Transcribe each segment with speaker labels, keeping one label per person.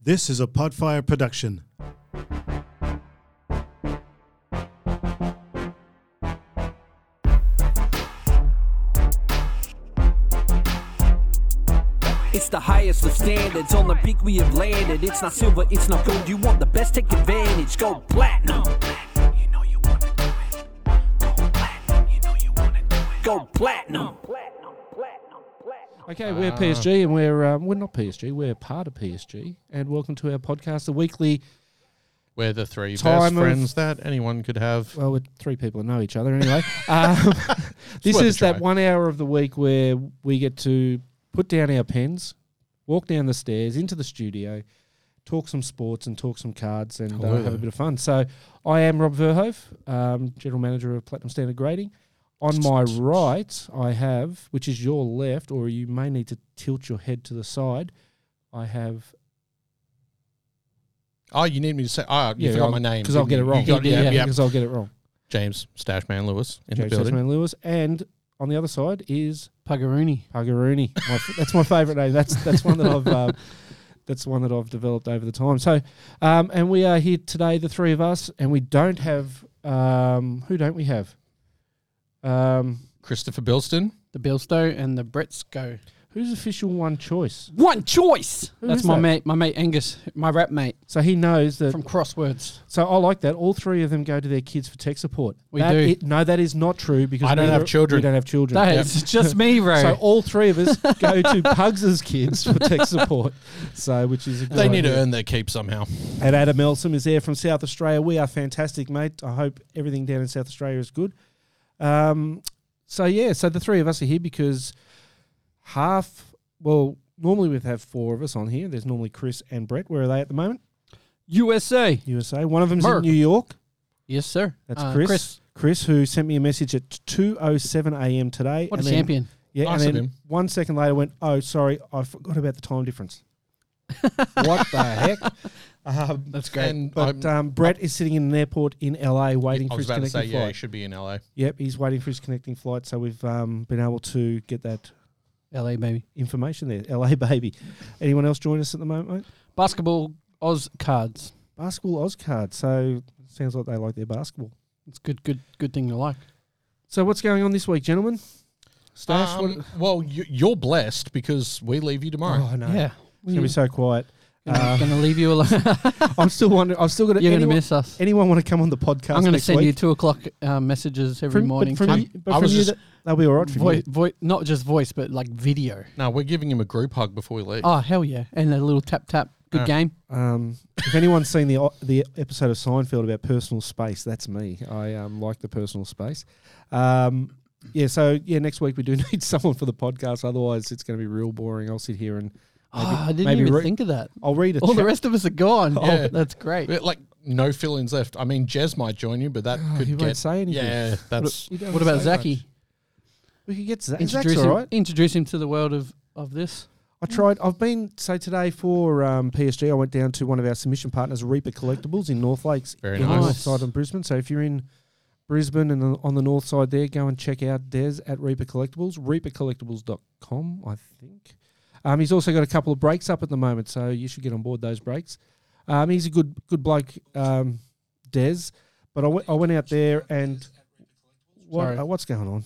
Speaker 1: This is a Podfire production.
Speaker 2: It's the highest of standards. On the peak we have landed. It's not silver, it's not gold. You want the best, take advantage. Go platinum. Go platinum.
Speaker 3: Okay,
Speaker 4: Ah.
Speaker 3: we're PSG and we're um, we're not PSG. We're part of PSG, and welcome to our podcast, the weekly.
Speaker 4: We're the three best
Speaker 3: Time of-
Speaker 4: friends that anyone could have.
Speaker 3: Well, we're three people who know each other anyway. um, this
Speaker 4: worth a
Speaker 3: is that
Speaker 4: try.
Speaker 3: one hour of the week where we get to put down our pens, walk down the stairs into the studio, talk some sports and talk some cards and uh,
Speaker 4: Hello.
Speaker 3: have a bit of fun. So, I am Rob Verhoef, um, general manager of Platinum Standard Grading. On my right, I have, which is your left, or you may need to tilt your head to the side. I have
Speaker 4: Oh, you need me to say? Ah, you forgot my name
Speaker 3: because I'll get it
Speaker 4: didn't you?
Speaker 3: wrong.
Speaker 4: You got- yeah, yeah.
Speaker 3: because I'll get it wrong.
Speaker 4: James Stashman Lewis in
Speaker 3: James
Speaker 4: the building.
Speaker 3: Tasman Lewis, and on the other side is
Speaker 5: Pagarooney.
Speaker 3: Pagaruni. My, f- that's my favourite name. That's that's one that I've um, that's one that I've developed over the time. So, um, and we are here today, the three of us, and we don't have um, who don't we have? Um,
Speaker 4: Christopher Bilston.
Speaker 5: The Bilstow and the Bretsko.
Speaker 3: who's official one choice?
Speaker 2: One choice.
Speaker 3: Who
Speaker 5: That's
Speaker 3: is
Speaker 5: my
Speaker 3: that?
Speaker 5: mate, my mate Angus, my rap mate
Speaker 3: So he knows that.
Speaker 5: from Crosswords.
Speaker 3: so I like that. All three of them go to their kids for tech support.
Speaker 5: We
Speaker 3: That
Speaker 5: do.
Speaker 3: i- no, that is not true because
Speaker 4: I don't
Speaker 3: neither-
Speaker 4: have children.
Speaker 3: We don't have children.
Speaker 5: That is just me, bro.
Speaker 3: So all three of us go to Pugs's kids for tech support. So which is a good
Speaker 4: They need to
Speaker 3: idea.
Speaker 4: earn their keep somehow.
Speaker 3: And Adam Elsom is there from South Australia. We are fantastic, mate. I hope everything down in South Australia is good. Um, so yeah, so the three of us are here because half. Well, normally we'd have four of us on here. There's normally Chris and Brett. Where are they at the moment?
Speaker 5: USA.
Speaker 3: USA. One of them's in
Speaker 5: America.
Speaker 3: New York.
Speaker 5: Yes, sir.
Speaker 3: That's
Speaker 5: Uh,
Speaker 3: Chris. Chris. who sent me a message at 2:07 a.m. today.
Speaker 5: What a
Speaker 3: and then-
Speaker 5: champion.
Speaker 3: Yeah,
Speaker 4: Nice
Speaker 3: and
Speaker 4: of
Speaker 3: then
Speaker 4: him.
Speaker 3: one second later went, oh, sorry, I forgot about the time difference. what the heck? Um,
Speaker 5: That's great.
Speaker 4: And
Speaker 3: but
Speaker 4: I'm-
Speaker 3: um, Brett is sitting in an airport in LA waiting
Speaker 4: I
Speaker 3: for
Speaker 4: was
Speaker 3: his
Speaker 4: about to
Speaker 3: connecting
Speaker 4: say, yeah, he
Speaker 3: flight.
Speaker 4: should be in LA.
Speaker 3: Yep, he's waiting for his connecting flight, so we've um, been able to get that
Speaker 5: LA, baby.
Speaker 3: information there. LA baby. Anyone else join us at the moment, mate?
Speaker 5: Basketball Oz cards.
Speaker 3: Basketball Ozcard. So sounds like they like their basketball.
Speaker 5: It's good, good, good thing to like.
Speaker 3: So what's going on this week, gentlemen? Stash,
Speaker 4: Um, well, you, you're blessed because we leave you
Speaker 3: what?
Speaker 4: tomorrow.
Speaker 3: Oh no,
Speaker 5: Yeah.
Speaker 3: it's gonna be so quiet.
Speaker 5: Gonna,
Speaker 3: Uh,
Speaker 5: gonna leave you alone.
Speaker 3: I'm still wondering. I've still got.
Speaker 5: You're gonna
Speaker 3: anyone,
Speaker 5: miss us.
Speaker 3: anyone want to come on the podcast?
Speaker 5: I'm gonna
Speaker 3: next
Speaker 5: send
Speaker 3: week?
Speaker 5: you two o'clock uh, messages every
Speaker 3: From- but
Speaker 5: morning.
Speaker 3: From,
Speaker 5: too.
Speaker 3: you, but
Speaker 4: I
Speaker 3: from
Speaker 4: was
Speaker 3: you
Speaker 4: just-
Speaker 3: that- that'll be all right for
Speaker 5: Voi-
Speaker 3: you.
Speaker 5: voi- not just voice, but like video.
Speaker 4: No, we're giving him a group hug before we leave.
Speaker 5: Oh hell yeah! And a little tap tap. Good
Speaker 4: Yeah.
Speaker 5: game.
Speaker 3: Um, if anyone's seen the o- the episode of Seinfeld about personal space, that's me. I um, like the personal space. Um, yeah, so yeah, next week we do need someone for the podcast. Otherwise, it's going to be real boring. I'll sit here and maybe,
Speaker 5: oh, I didn't
Speaker 3: maybe
Speaker 5: even
Speaker 3: re-
Speaker 5: think of that.
Speaker 3: I'll read a
Speaker 5: All the
Speaker 3: chat-
Speaker 5: rest of us are gone.
Speaker 4: Yeah.
Speaker 5: Oh, that's great.
Speaker 4: But, Like no feelings left. I mean, Jez might join you, but that
Speaker 3: Oh,
Speaker 4: could
Speaker 3: he
Speaker 4: get.
Speaker 3: won't say anything.
Speaker 4: yeah, that's
Speaker 3: You don't
Speaker 5: What
Speaker 3: wanna
Speaker 5: about
Speaker 3: say much.
Speaker 5: Zachy?
Speaker 3: We could get Zach.
Speaker 5: Introduce
Speaker 3: Zach's
Speaker 5: him.
Speaker 3: all right.
Speaker 5: Introduce him to the world of of this.
Speaker 3: I tried. I've been so today for um, PSG. I went down to one of our submission partners, Reaper Collectibles, in North Lakes,
Speaker 4: Very
Speaker 3: the north
Speaker 5: nice.
Speaker 3: side of Brisbane. So if you're in Brisbane and on- on the north side there, go and check out Des at Reaper Collectibles, reapercollectibles.com, I think. Um, he's also got a couple of breaks up at the moment, so you should get on board those breaks. Um, he's a good good bloke, um, Des. But I went- I went out there and what,
Speaker 5: Sorry.
Speaker 3: uh, what's going on?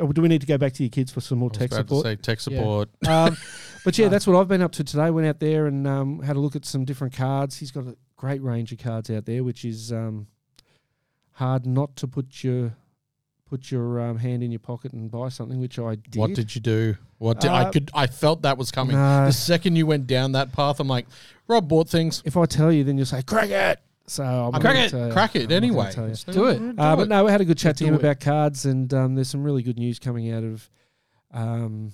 Speaker 3: uh, Do we need to go back to your kids for some more
Speaker 4: I was
Speaker 3: tech
Speaker 4: about
Speaker 3: support?
Speaker 4: to say tech
Speaker 5: Yeah.
Speaker 4: support.
Speaker 3: Um, but yeah,
Speaker 5: No.
Speaker 3: that's what I've been up to today. Went out there and um, had a look at some different cards. He's got a great range of cards out there, which is um, hard not to put your put your um, hand in your pocket and buy something, which I did.
Speaker 4: What did you do? What did, I
Speaker 3: Uh,
Speaker 4: could? I felt that was coming.
Speaker 3: No.
Speaker 4: The second you went down that path, I'm like, Rob bought things.
Speaker 3: if I tell you, then you'll say crack it. So I'm
Speaker 4: I'm
Speaker 3: not
Speaker 4: crack
Speaker 3: gonna
Speaker 4: it,
Speaker 3: tell you.
Speaker 4: crack it
Speaker 3: I'm not
Speaker 4: anyway.
Speaker 3: gonna tell you.
Speaker 5: Let's Mm, do it.
Speaker 3: Uh, but no, we had a good chat to
Speaker 5: do
Speaker 3: him
Speaker 5: it.
Speaker 3: about cards, and um, there's some really good news coming out of um,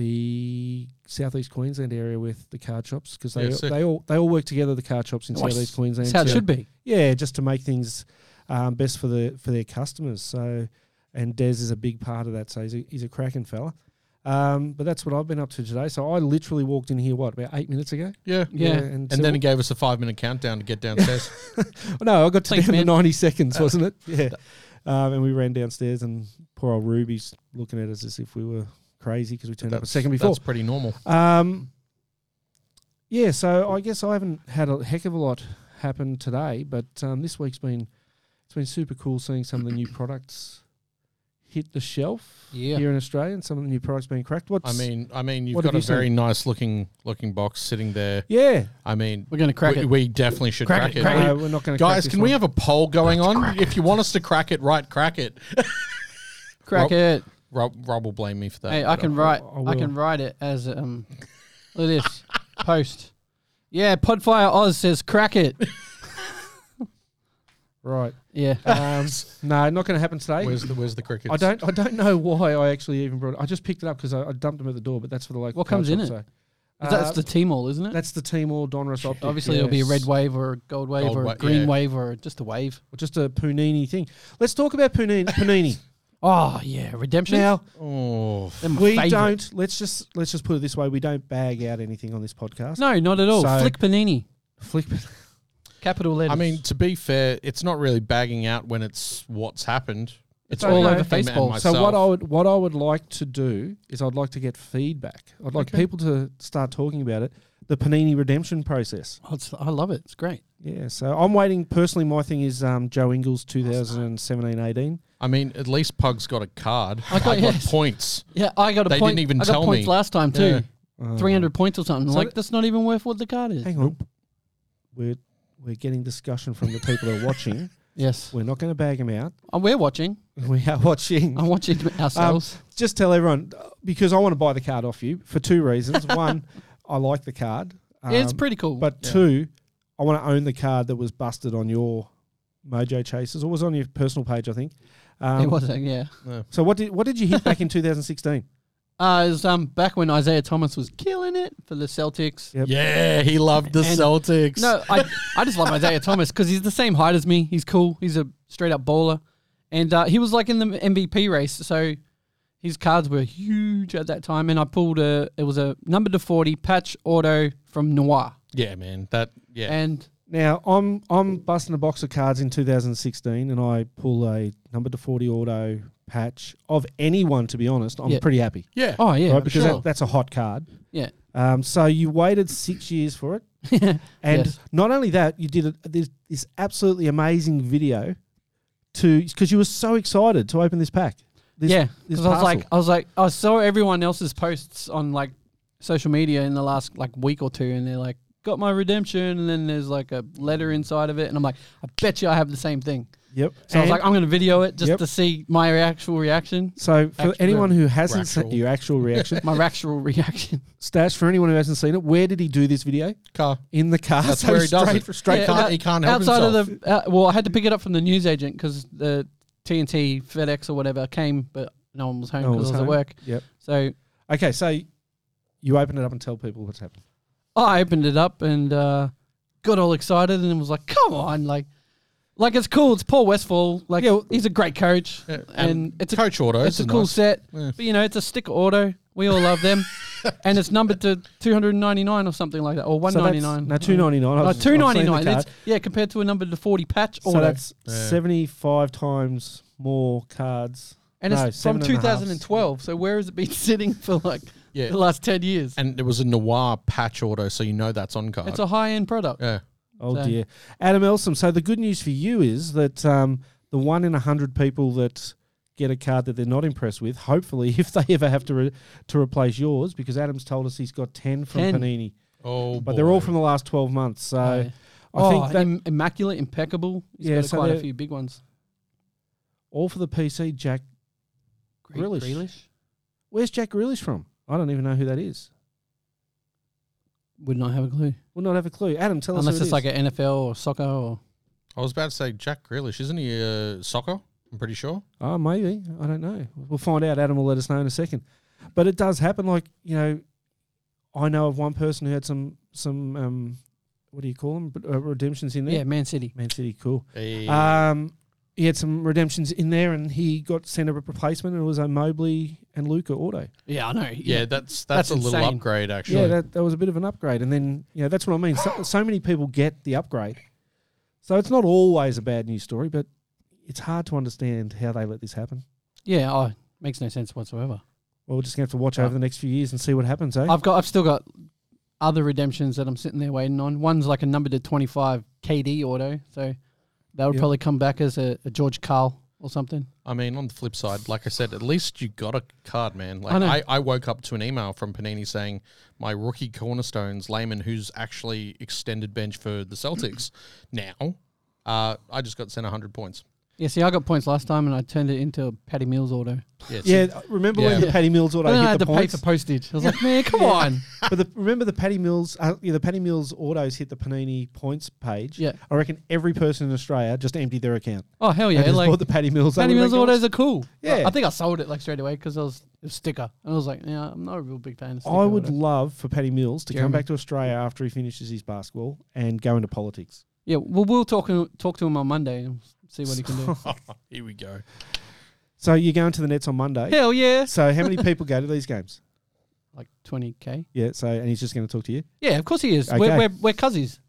Speaker 3: the southeast Queensland area with the card shops because they
Speaker 4: Yeah, sick.
Speaker 3: they all they all work together. The card shops in
Speaker 5: Nice.
Speaker 3: southeast Queensland.
Speaker 5: That's how it
Speaker 3: to-
Speaker 5: should be.
Speaker 3: yeah, just to make things um, best for the for their customers. So, and Des is a big part of that. So he's a, he's a cracking fella. Um, but that's what I've been up to today. So I literally walked in here what about eight minutes ago.
Speaker 4: Yeah.
Speaker 5: Yeah.
Speaker 3: and,
Speaker 4: And then he gave us a five minute countdown to get downstairs.
Speaker 3: no, I got to
Speaker 5: Thanks,
Speaker 3: down to
Speaker 5: man.
Speaker 3: ninety seconds, wasn't it? Yeah. Um, and we ran downstairs, and poor old Ruby's looking at us as if we were crazy because we turned up a
Speaker 4: That's-
Speaker 3: second before.
Speaker 4: That's pretty normal.
Speaker 3: Um, yeah, so I guess I haven't had a heck of a lot happen today, but um, this week's been it's been super cool seeing some of the new products hit the shelf
Speaker 4: Yeah.
Speaker 3: here in Australia and some of the new products being cracked. What's
Speaker 4: I mean, I mean, you've
Speaker 3: What
Speaker 4: got
Speaker 3: have
Speaker 4: a
Speaker 3: you seen?
Speaker 4: very nice looking looking box sitting there.
Speaker 3: yeah,
Speaker 4: I mean,
Speaker 5: We're gonna crack
Speaker 4: we,
Speaker 5: it.
Speaker 4: we definitely should
Speaker 5: Crack
Speaker 4: crack,
Speaker 5: it,
Speaker 4: it.
Speaker 5: crack
Speaker 3: no, we're not going to
Speaker 4: Guys, can we have a poll going on? If you want us to crack it, right, crack it.
Speaker 5: Crack
Speaker 4: Rob-
Speaker 5: it.
Speaker 4: Rob, Rob will blame me for that.
Speaker 5: Hey, I
Speaker 4: but,
Speaker 5: can
Speaker 4: uh,
Speaker 5: write.
Speaker 3: I
Speaker 5: I,
Speaker 3: will.
Speaker 5: can write it as um. look at this post. Yeah, Podfire Oz says crack it.
Speaker 3: right?
Speaker 5: Yeah,
Speaker 3: Um, no, not going to happen today.
Speaker 4: Where's the Where's the crickets?
Speaker 3: I don't. I don't know why I actually even brought. it. I just picked it up because I, I dumped them at the door. But that's for the local.
Speaker 5: What comes
Speaker 3: card
Speaker 5: in
Speaker 3: shop,
Speaker 5: it?
Speaker 3: so.
Speaker 5: that's
Speaker 3: Uh,
Speaker 5: the Timor, isn't it?
Speaker 3: that's the Timor Donruss optic.
Speaker 5: Obviously, there'll be a red
Speaker 3: yes.
Speaker 5: wave or a gold wave
Speaker 4: Gold
Speaker 5: or a
Speaker 4: wa-
Speaker 5: green
Speaker 4: yeah.
Speaker 5: wave or just a wave.
Speaker 3: Or just a Punini thing. Let's talk about Punini. Punini.
Speaker 5: Oh yeah, redemption.
Speaker 3: now
Speaker 4: Oh,
Speaker 5: They're my
Speaker 3: we
Speaker 5: favourite.
Speaker 3: don't. Let's just let's just put it this way. We don't bag out anything on this podcast.
Speaker 5: No, not at all.
Speaker 3: So-
Speaker 5: Flick panini,
Speaker 3: Flick.
Speaker 5: capital letters.
Speaker 4: I mean, to be fair, it's not really bagging out when it's what's happened. It's
Speaker 5: all
Speaker 4: when
Speaker 5: over
Speaker 4: I came and
Speaker 5: Facebook.
Speaker 4: myself.
Speaker 3: So what I would what I would like to do is I'd like to get feedback. I'd like people to start talking about it. The Panini redemption process.
Speaker 5: Oh, it's, I love it. It's great.
Speaker 3: Yeah, so I'm waiting. Personally, my thing is um, Joe Ingles 2017 18.
Speaker 4: I mean, at least Pug's got a card. I
Speaker 5: got-
Speaker 4: got,
Speaker 5: yes.
Speaker 4: points.
Speaker 5: Yeah, I got a
Speaker 4: They
Speaker 5: point.
Speaker 4: didn't even
Speaker 5: I got
Speaker 4: tell
Speaker 5: points
Speaker 4: me.
Speaker 5: last time too.
Speaker 4: Yeah.
Speaker 3: Um,
Speaker 5: Three hundred points or something.
Speaker 3: So-
Speaker 5: like that's not even worth what the card is.
Speaker 3: Hang on. We're, we're getting discussion from the people who are watching.
Speaker 5: Yes,
Speaker 3: We're not going to bag them out.
Speaker 5: oh, we're watching.
Speaker 3: We are watching.
Speaker 5: I'm watching
Speaker 3: Um,
Speaker 5: ourselves.
Speaker 3: Just tell everyone, uh, because I want to buy the card off you for two reasons. One, I like the card.
Speaker 5: yeah, it's
Speaker 3: um,
Speaker 5: pretty cool.
Speaker 3: But
Speaker 4: Yeah.
Speaker 3: two, I want to own the card that was busted on your Mojo Chasers. It was on your personal page, I think. Um,
Speaker 5: it wasn't. Yeah,
Speaker 3: So what did what did you hit back in 2016?
Speaker 5: uh, it was um back when Isaiah Thomas was killing it for the Celtics.
Speaker 3: Yep.
Speaker 4: Yeah, he loved the
Speaker 5: And-
Speaker 4: Celtics.
Speaker 5: No, I I just love Isaiah Thomas because he's the same height as me. He's cool. He's a straight up bowler, and uh, he was like in the MVP race. So his cards were huge at that time, and I pulled a it was a number to forty patch auto from Noir,
Speaker 4: Yeah, man. That. Yeah.
Speaker 5: and
Speaker 3: Now I'm I'm busting a box of cards in 2016, and I pull a number to 40 auto patch of anyone. To be honest, I'm
Speaker 5: Yeah.
Speaker 3: pretty happy,
Speaker 4: yeah.
Speaker 5: oh yeah,
Speaker 3: right? Because
Speaker 5: sure.
Speaker 3: that, that's a hot card.
Speaker 5: yeah,
Speaker 3: Um, so you waited six years for it, and
Speaker 5: Yes.
Speaker 3: not only that, you did a, this, this absolutely amazing video to because you were so excited to open this pack. This,
Speaker 5: yeah.
Speaker 3: this
Speaker 5: Because I was
Speaker 3: parcel.
Speaker 5: like, I was like, I saw everyone else's posts on like social media in the last like week or two, and they're like, got my redemption, and then there's like a letter inside of it, and I'm like, I bet you I have the same thing.
Speaker 3: yep.
Speaker 5: So I was
Speaker 3: And-
Speaker 5: like, "Oh, I'm going to video it just
Speaker 3: Yep.
Speaker 5: to see my actual reaction,
Speaker 3: so for
Speaker 5: Actual-
Speaker 3: anyone who hasn't
Speaker 4: Actual.
Speaker 3: seen your actual reaction,
Speaker 5: my actual reaction.
Speaker 3: Stash, for anyone who hasn't seen it, where did he do this video?
Speaker 4: Car.
Speaker 3: In the car.
Speaker 4: That's
Speaker 3: so
Speaker 4: where he does
Speaker 3: straight
Speaker 4: it. Straight
Speaker 5: Yeah,
Speaker 4: can't,
Speaker 5: out-
Speaker 4: he can't help
Speaker 5: outside
Speaker 4: himself.
Speaker 5: of the, uh, well, I had to pick it up from the news agent because the TNT, FedEx, or whatever came, but no one was home
Speaker 3: No one
Speaker 5: because
Speaker 3: was
Speaker 5: I
Speaker 3: home.
Speaker 5: was at work.
Speaker 3: Yep.
Speaker 5: So
Speaker 3: Okay, so you open it up and tell people what's happened.
Speaker 5: I opened it up and uh, got all excited and was like, "Come on, like, like it's cool. It's Paul Westfall. Like,
Speaker 3: Yeah, well-
Speaker 5: he's a great coach,
Speaker 4: Yeah,
Speaker 5: and,
Speaker 4: and
Speaker 5: it's a
Speaker 4: Coach auto.
Speaker 5: it's a cool
Speaker 4: nice-
Speaker 5: set.
Speaker 4: Yeah.
Speaker 5: But you know, it's a sticker auto. We all love them, and it's numbered to 299 or something like that, or
Speaker 3: So that's-
Speaker 5: 199.
Speaker 3: no, two ninety nine.
Speaker 5: No, Oh, two ninety nine. That's yeah, compared to a number to forty patch
Speaker 3: So
Speaker 5: auto,
Speaker 3: that's
Speaker 4: Yeah.
Speaker 3: seventy five times more cards.
Speaker 5: and
Speaker 3: no,
Speaker 5: it's
Speaker 3: seven
Speaker 5: from
Speaker 3: and a half.
Speaker 5: 2012. So where has it been sitting for like
Speaker 4: Yeah.
Speaker 5: the last ten years?
Speaker 4: And there was a noir patch auto, so you know that's on card.
Speaker 5: It's a high end product.
Speaker 4: yeah.
Speaker 3: Oh
Speaker 5: So-
Speaker 3: dear, Adam Elsom. So the good news for you is that um, the one in a hundred people that get a card that they're not impressed with, hopefully, if they ever have to re- to replace yours, because Adam's told us he's got ten from
Speaker 5: 10.
Speaker 3: Panini,
Speaker 4: Oh,
Speaker 3: but they're all
Speaker 4: boy.
Speaker 3: from the last twelve months. So
Speaker 5: Oh, yeah.
Speaker 3: I think that
Speaker 5: im- immaculate, impeccable. He's
Speaker 3: Yeah,
Speaker 5: got
Speaker 3: so
Speaker 5: quite a
Speaker 3: they're-
Speaker 5: few big ones.
Speaker 3: all for the PC. Jack,
Speaker 5: Gre-
Speaker 3: Grealish. where's Jack Grealish from? I don't even know who that is.
Speaker 5: would not have a clue
Speaker 3: We'll not have a clue. Adam, tell
Speaker 5: unless
Speaker 3: us.
Speaker 5: it's
Speaker 3: who it is.
Speaker 5: like an NFL or soccer or
Speaker 4: I was about to say Jack Grealish, isn't he uh, soccer? I'm pretty sure.
Speaker 3: Oh, maybe. I don't know. We'll find out. Adam will let us know in a second. But it does happen. Like, you know, I know of one person who had some, some um, what do you call them? But, uh, redemptions in there.
Speaker 5: yeah, Man City.
Speaker 3: Man City, cool.
Speaker 4: Hey.
Speaker 5: Uh,
Speaker 3: Um, he had some redemptions in there and he got sent a replacement and it was a Mobley and Luca auto.
Speaker 5: Yeah, I know.
Speaker 4: yeah, that's that's,
Speaker 5: that's
Speaker 4: a little
Speaker 5: insane.
Speaker 4: upgrade
Speaker 3: Yeah,
Speaker 4: actually.
Speaker 3: that, that was a bit of an upgrade. And then, you know, that's what I mean. So, so many people get the upgrade. So it's not always a bad news story, but it's hard to understand how they let this happen.
Speaker 5: yeah. Oh, makes no sense whatsoever. Uh,
Speaker 3: Well, we're just going to have to watch over the next few years and see what happens, eh?
Speaker 5: I've got, I've still got other redemptions that I'm sitting there waiting on. One's like a number to 25 KD auto, so that would
Speaker 3: Yep.
Speaker 5: probably come back as a, a George Carl or something.
Speaker 4: I mean, on the flip side, like I said, at least you got a card, man. Like
Speaker 5: I know.
Speaker 4: I, I, woke up to an email from Panini saying my rookie cornerstones, Lehman, who's actually extended bench for the Celtics now, uh, I just got sent hundred points.
Speaker 5: Yeah, see, I got points last time and I turned it into a Patty Mills auto.
Speaker 4: Yeah,
Speaker 3: Yeah, remember when
Speaker 4: Yeah.
Speaker 3: the Patty Mills
Speaker 5: But
Speaker 3: auto
Speaker 5: then I
Speaker 3: hit
Speaker 5: had
Speaker 3: the
Speaker 5: to
Speaker 3: points?
Speaker 5: pay for postage. I was like, man, come on.
Speaker 3: but the, remember the Patty Mills, uh, yeah, the Patty Mills autos hit the Panini points page.
Speaker 5: Yeah.
Speaker 3: I reckon every person in Australia just emptied their account.
Speaker 5: Oh, hell yeah.
Speaker 3: and just
Speaker 5: Like,
Speaker 3: bought the Patty Mills.
Speaker 5: Patty
Speaker 3: auto
Speaker 5: Mills
Speaker 3: McDonald's.
Speaker 5: autos are cool.
Speaker 3: Yeah.
Speaker 5: I think I sold it like straight away because I was a sticker. And I was like, yeah, I'm not a real big fan of sticker.
Speaker 3: I would
Speaker 5: auto.
Speaker 3: love for Patty Mills to come
Speaker 5: Jeremy.
Speaker 3: back to Australia after he finishes his basketball and go into politics.
Speaker 5: Yeah, well, we'll talk, talk to him on Monday and see what he can do.
Speaker 4: Here we go.
Speaker 3: So you're going to the Nets on Monday.
Speaker 5: hell yeah.
Speaker 3: So how many people go to these games?
Speaker 5: Like 20K.
Speaker 3: Yeah. So and he's just going to talk to you,
Speaker 5: Yeah, of course he is.
Speaker 3: Okay.
Speaker 5: We're, we're, we're cousins.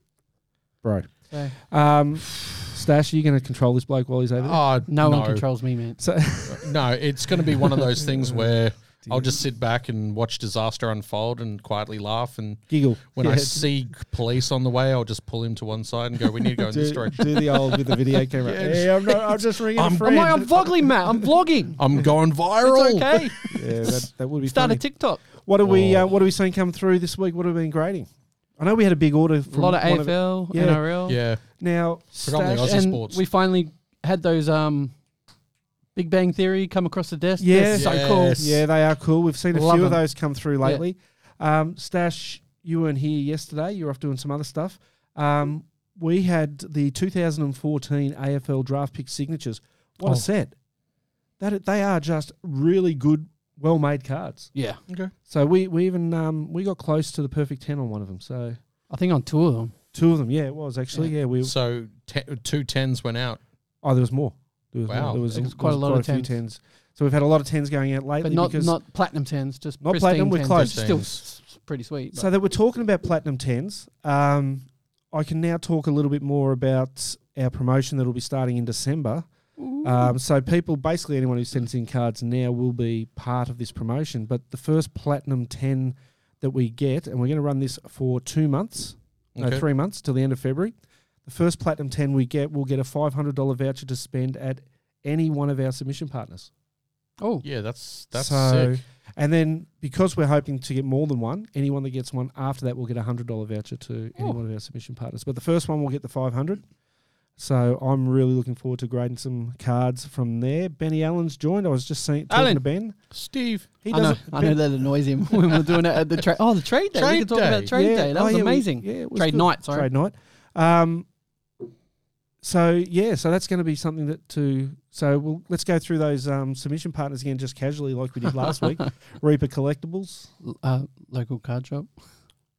Speaker 3: bro.
Speaker 5: So
Speaker 3: Um, Stash, are you going to control this bloke while he's over there?
Speaker 4: Oh,
Speaker 5: no,
Speaker 4: no,
Speaker 5: one controls me, man.
Speaker 3: So
Speaker 4: no, it's going to be one of those things where I'll just sit back and watch disaster unfold and quietly laugh. And
Speaker 3: Oh, giggle
Speaker 4: when
Speaker 3: Yeah,
Speaker 4: I see police on the way, I'll just pull him to one side and go, "We need to go in
Speaker 3: do,
Speaker 4: this direction."
Speaker 3: do the old with the video camera.
Speaker 4: Yeah,
Speaker 3: yeah, I'm, not, I'm just ringing a
Speaker 4: I'm-
Speaker 5: I'm
Speaker 3: friend.
Speaker 5: like, I'm vlogging, Matt. I'm vlogging.
Speaker 4: I'm going viral.
Speaker 5: It's okay.
Speaker 3: yeah, that, that would be
Speaker 5: Start a
Speaker 3: funny.
Speaker 5: TikTok.
Speaker 3: What are we?
Speaker 4: Oh.
Speaker 3: Uh, what are we seeing come through this week? What have we been grading? I know we had a big order
Speaker 5: A
Speaker 3: from
Speaker 5: lot of
Speaker 3: one
Speaker 5: AFL,
Speaker 3: yeah.
Speaker 5: NRL.
Speaker 4: Yeah.
Speaker 3: now,
Speaker 4: Predominantly
Speaker 3: Stash-
Speaker 4: Aussie
Speaker 5: and
Speaker 4: sports.
Speaker 5: we finally had those um, Big Bang Theory come across the desk.
Speaker 3: Yeah.
Speaker 5: They're so cool.
Speaker 4: Yes.
Speaker 3: yeah, they are cool. We've seen a
Speaker 5: Love
Speaker 3: few of
Speaker 5: them.
Speaker 3: those come through lately. Um, Stash, you weren't here yesterday. You're off doing some other stuff. Um, we had the 2014 AFL draft pick signatures. What
Speaker 5: Oh.
Speaker 3: a set! That they are just really good, well-made cards.
Speaker 5: Yeah.
Speaker 4: Okay.
Speaker 3: So we we even um, we got close to the perfect ten on one of them. So
Speaker 5: I think on two of them.
Speaker 3: two of them, yeah, it was actually yeah. we
Speaker 4: So te- two tens went out.
Speaker 3: oh there was more. There was more.
Speaker 4: Wow.
Speaker 3: There was,
Speaker 5: It was
Speaker 3: there
Speaker 5: quite a
Speaker 3: was
Speaker 5: lot of
Speaker 3: few tens. So we've had a lot of tens going out lately
Speaker 5: But not
Speaker 3: because
Speaker 5: not platinum tens, just
Speaker 3: Not
Speaker 5: pristine
Speaker 3: platinum, we're
Speaker 5: 10s,
Speaker 3: close.
Speaker 5: which is Still s- s- pretty sweet.
Speaker 3: so that we're talking about platinum tens. Um, I can now talk a little bit more about our promotion that will be starting in December. Um, so people, basically anyone who sends in cards now will be part of this promotion. But the first platinum ten that we get, and we're going to run this for two months. no,
Speaker 4: Okay.
Speaker 3: three months till the end of February. The first Platinum 10 we get will get a $500 voucher to spend at any one of our submission partners.
Speaker 5: oh,
Speaker 4: Yeah, that's that's
Speaker 3: So-
Speaker 4: sick.
Speaker 3: And then because we're hoping to get more than one, anyone that gets one after that will get a $100 voucher to any
Speaker 5: Oh.
Speaker 3: one of our submission partners. But the first one will get the 500 so I'm really looking forward to grading some cards from there. Benny Allen's joined. I was just saying, talking
Speaker 4: Alan.
Speaker 3: to Ben.
Speaker 4: Steve,
Speaker 3: He
Speaker 5: I know,
Speaker 3: doesn't-
Speaker 5: I
Speaker 3: Ben-
Speaker 5: know that annoys him when we're doing it at the trade. Oh, the trade day. we
Speaker 4: Trade
Speaker 5: can talk
Speaker 4: day.
Speaker 5: about trade
Speaker 3: Yeah.
Speaker 5: day. That
Speaker 3: Oh,
Speaker 5: was
Speaker 3: yeah, we-
Speaker 5: amazing.
Speaker 3: yeah, it was
Speaker 5: trade
Speaker 3: good.
Speaker 5: night. Sorry.
Speaker 3: trade night. Um, so yeah, so that's going to be something that to so we'll, let's go through those um, submission partners again, just casually like we did last week. Reaper Collectibles,
Speaker 5: L- Uh, local card shop.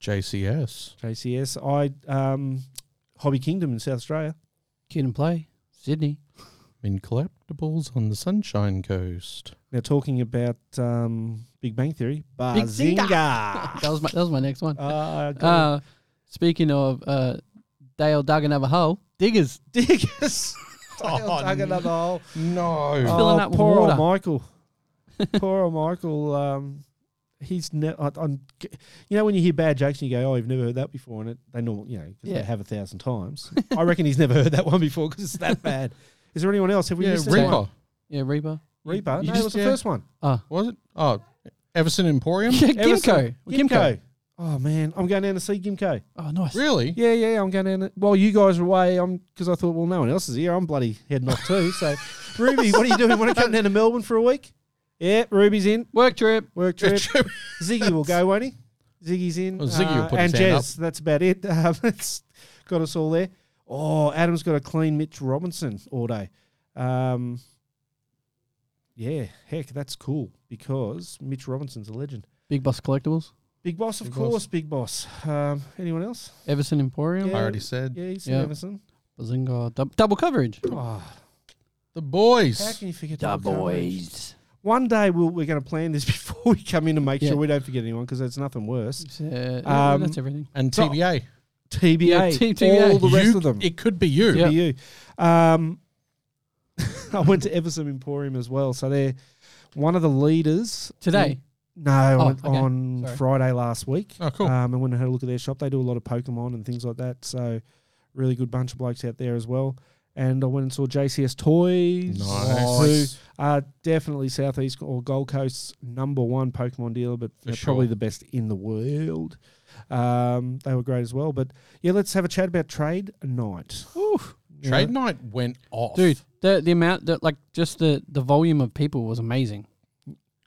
Speaker 4: JCS.
Speaker 3: JCS, I um, Hobby Kingdom in South Australia.
Speaker 5: Kid and play. Sydney.
Speaker 4: In collectibles on the Sunshine Coast.
Speaker 3: Now talking about um, Big Bang Theory,
Speaker 5: Big Zinga.
Speaker 3: Bazinga.
Speaker 5: That was my that was my next one.
Speaker 3: uh, got
Speaker 5: Uh, speaking of uh, Dale dug another hole. Diggers.
Speaker 3: Diggers.
Speaker 4: Oh,
Speaker 3: Dug another hole.
Speaker 4: No.
Speaker 5: filling up with
Speaker 3: Oh, poor
Speaker 5: water.
Speaker 3: old Michael. poor old Michael. Um, he's ne- I, I'm, g- you know when you hear bad jokes and you go, oh, you've never heard that before, and it they normal, you know, 'cause
Speaker 5: Yeah.
Speaker 3: they have a thousand times. I reckon he's never heard that one before because it's that bad. Is there anyone else? Have we
Speaker 4: yeah,
Speaker 3: missed anyone?
Speaker 4: Reaper.
Speaker 5: Yeah, Reaper.
Speaker 3: Reaper.
Speaker 4: You
Speaker 3: no,
Speaker 4: just-
Speaker 3: it was
Speaker 4: yeah.
Speaker 3: the first one.
Speaker 4: Was it? Oh, Everson Emporium?
Speaker 5: Yeah,
Speaker 3: Everson.
Speaker 5: Gimco. Gimco.
Speaker 3: Oh man, I'm going down to see Gimco.
Speaker 5: Oh, nice.
Speaker 4: really?
Speaker 3: Yeah, yeah, I'm going down. To, well, you guys are away. I'm because I thought, well, no one else is here. I'm bloody heading off too. So, Ruby, what are you doing? Want to come down to Melbourne for a week? Yeah, Ruby's in
Speaker 5: Work trip.
Speaker 3: work trip. Ziggy will go, won't he? Ziggy's in. uh,
Speaker 4: Well, Ziggy will put
Speaker 3: and
Speaker 4: his hand
Speaker 3: Jez, that's about it. Um, it's got us all there. Oh, Adam's got a clean Mitch Robinson all day. Um, yeah, heck, that's cool because Mitch Robinson's a legend.
Speaker 5: Big Boss Collectibles.
Speaker 3: Big boss, of
Speaker 4: Big Boss.
Speaker 3: course, big boss. Um, anyone else?
Speaker 5: Everson Emporium.
Speaker 4: I already said.
Speaker 3: Yeah, he's
Speaker 5: Yeah.
Speaker 3: in Everson.
Speaker 5: Bazinga. Dub- double coverage.
Speaker 3: Oh,
Speaker 4: The
Speaker 3: how
Speaker 4: boys.
Speaker 3: can you forget
Speaker 5: Da
Speaker 3: Double coverage? One day we'll, we're going to plan this before we come in and make
Speaker 5: Yeah.
Speaker 3: sure we don't forget anyone because there's nothing worse.
Speaker 5: Uh, yeah,
Speaker 3: Um,
Speaker 5: that's everything.
Speaker 4: And
Speaker 3: So-
Speaker 4: TBA.
Speaker 3: TBA,
Speaker 5: Yeah, T- TBA.
Speaker 3: all the rest
Speaker 4: You-
Speaker 3: of them.
Speaker 4: It could be you.
Speaker 5: Yeah.
Speaker 3: to you. Um, I went to Everson Emporium as well. So they're one of the leaders
Speaker 5: Today.
Speaker 3: in- No,
Speaker 5: Oh,
Speaker 3: on,
Speaker 5: okay.
Speaker 3: on
Speaker 5: Sorry.
Speaker 3: Friday last week.
Speaker 4: Oh, cool.
Speaker 3: Um, and when I had a look at their shop, they do a lot of Pokemon and things like that. So, really good bunch of blokes out there as well. And I went and saw JCS Toys,
Speaker 4: Nice.
Speaker 3: who are Uh, definitely Southeast or Gold Coast's number one Pokemon dealer, but
Speaker 4: For
Speaker 3: they're probably
Speaker 4: sure.
Speaker 3: the best in the world. Um, they were great as well. But yeah, let's have a chat about trade night. Yeah.
Speaker 4: Trade night went off,
Speaker 5: dude. The the amount that like just the the volume of people was amazing.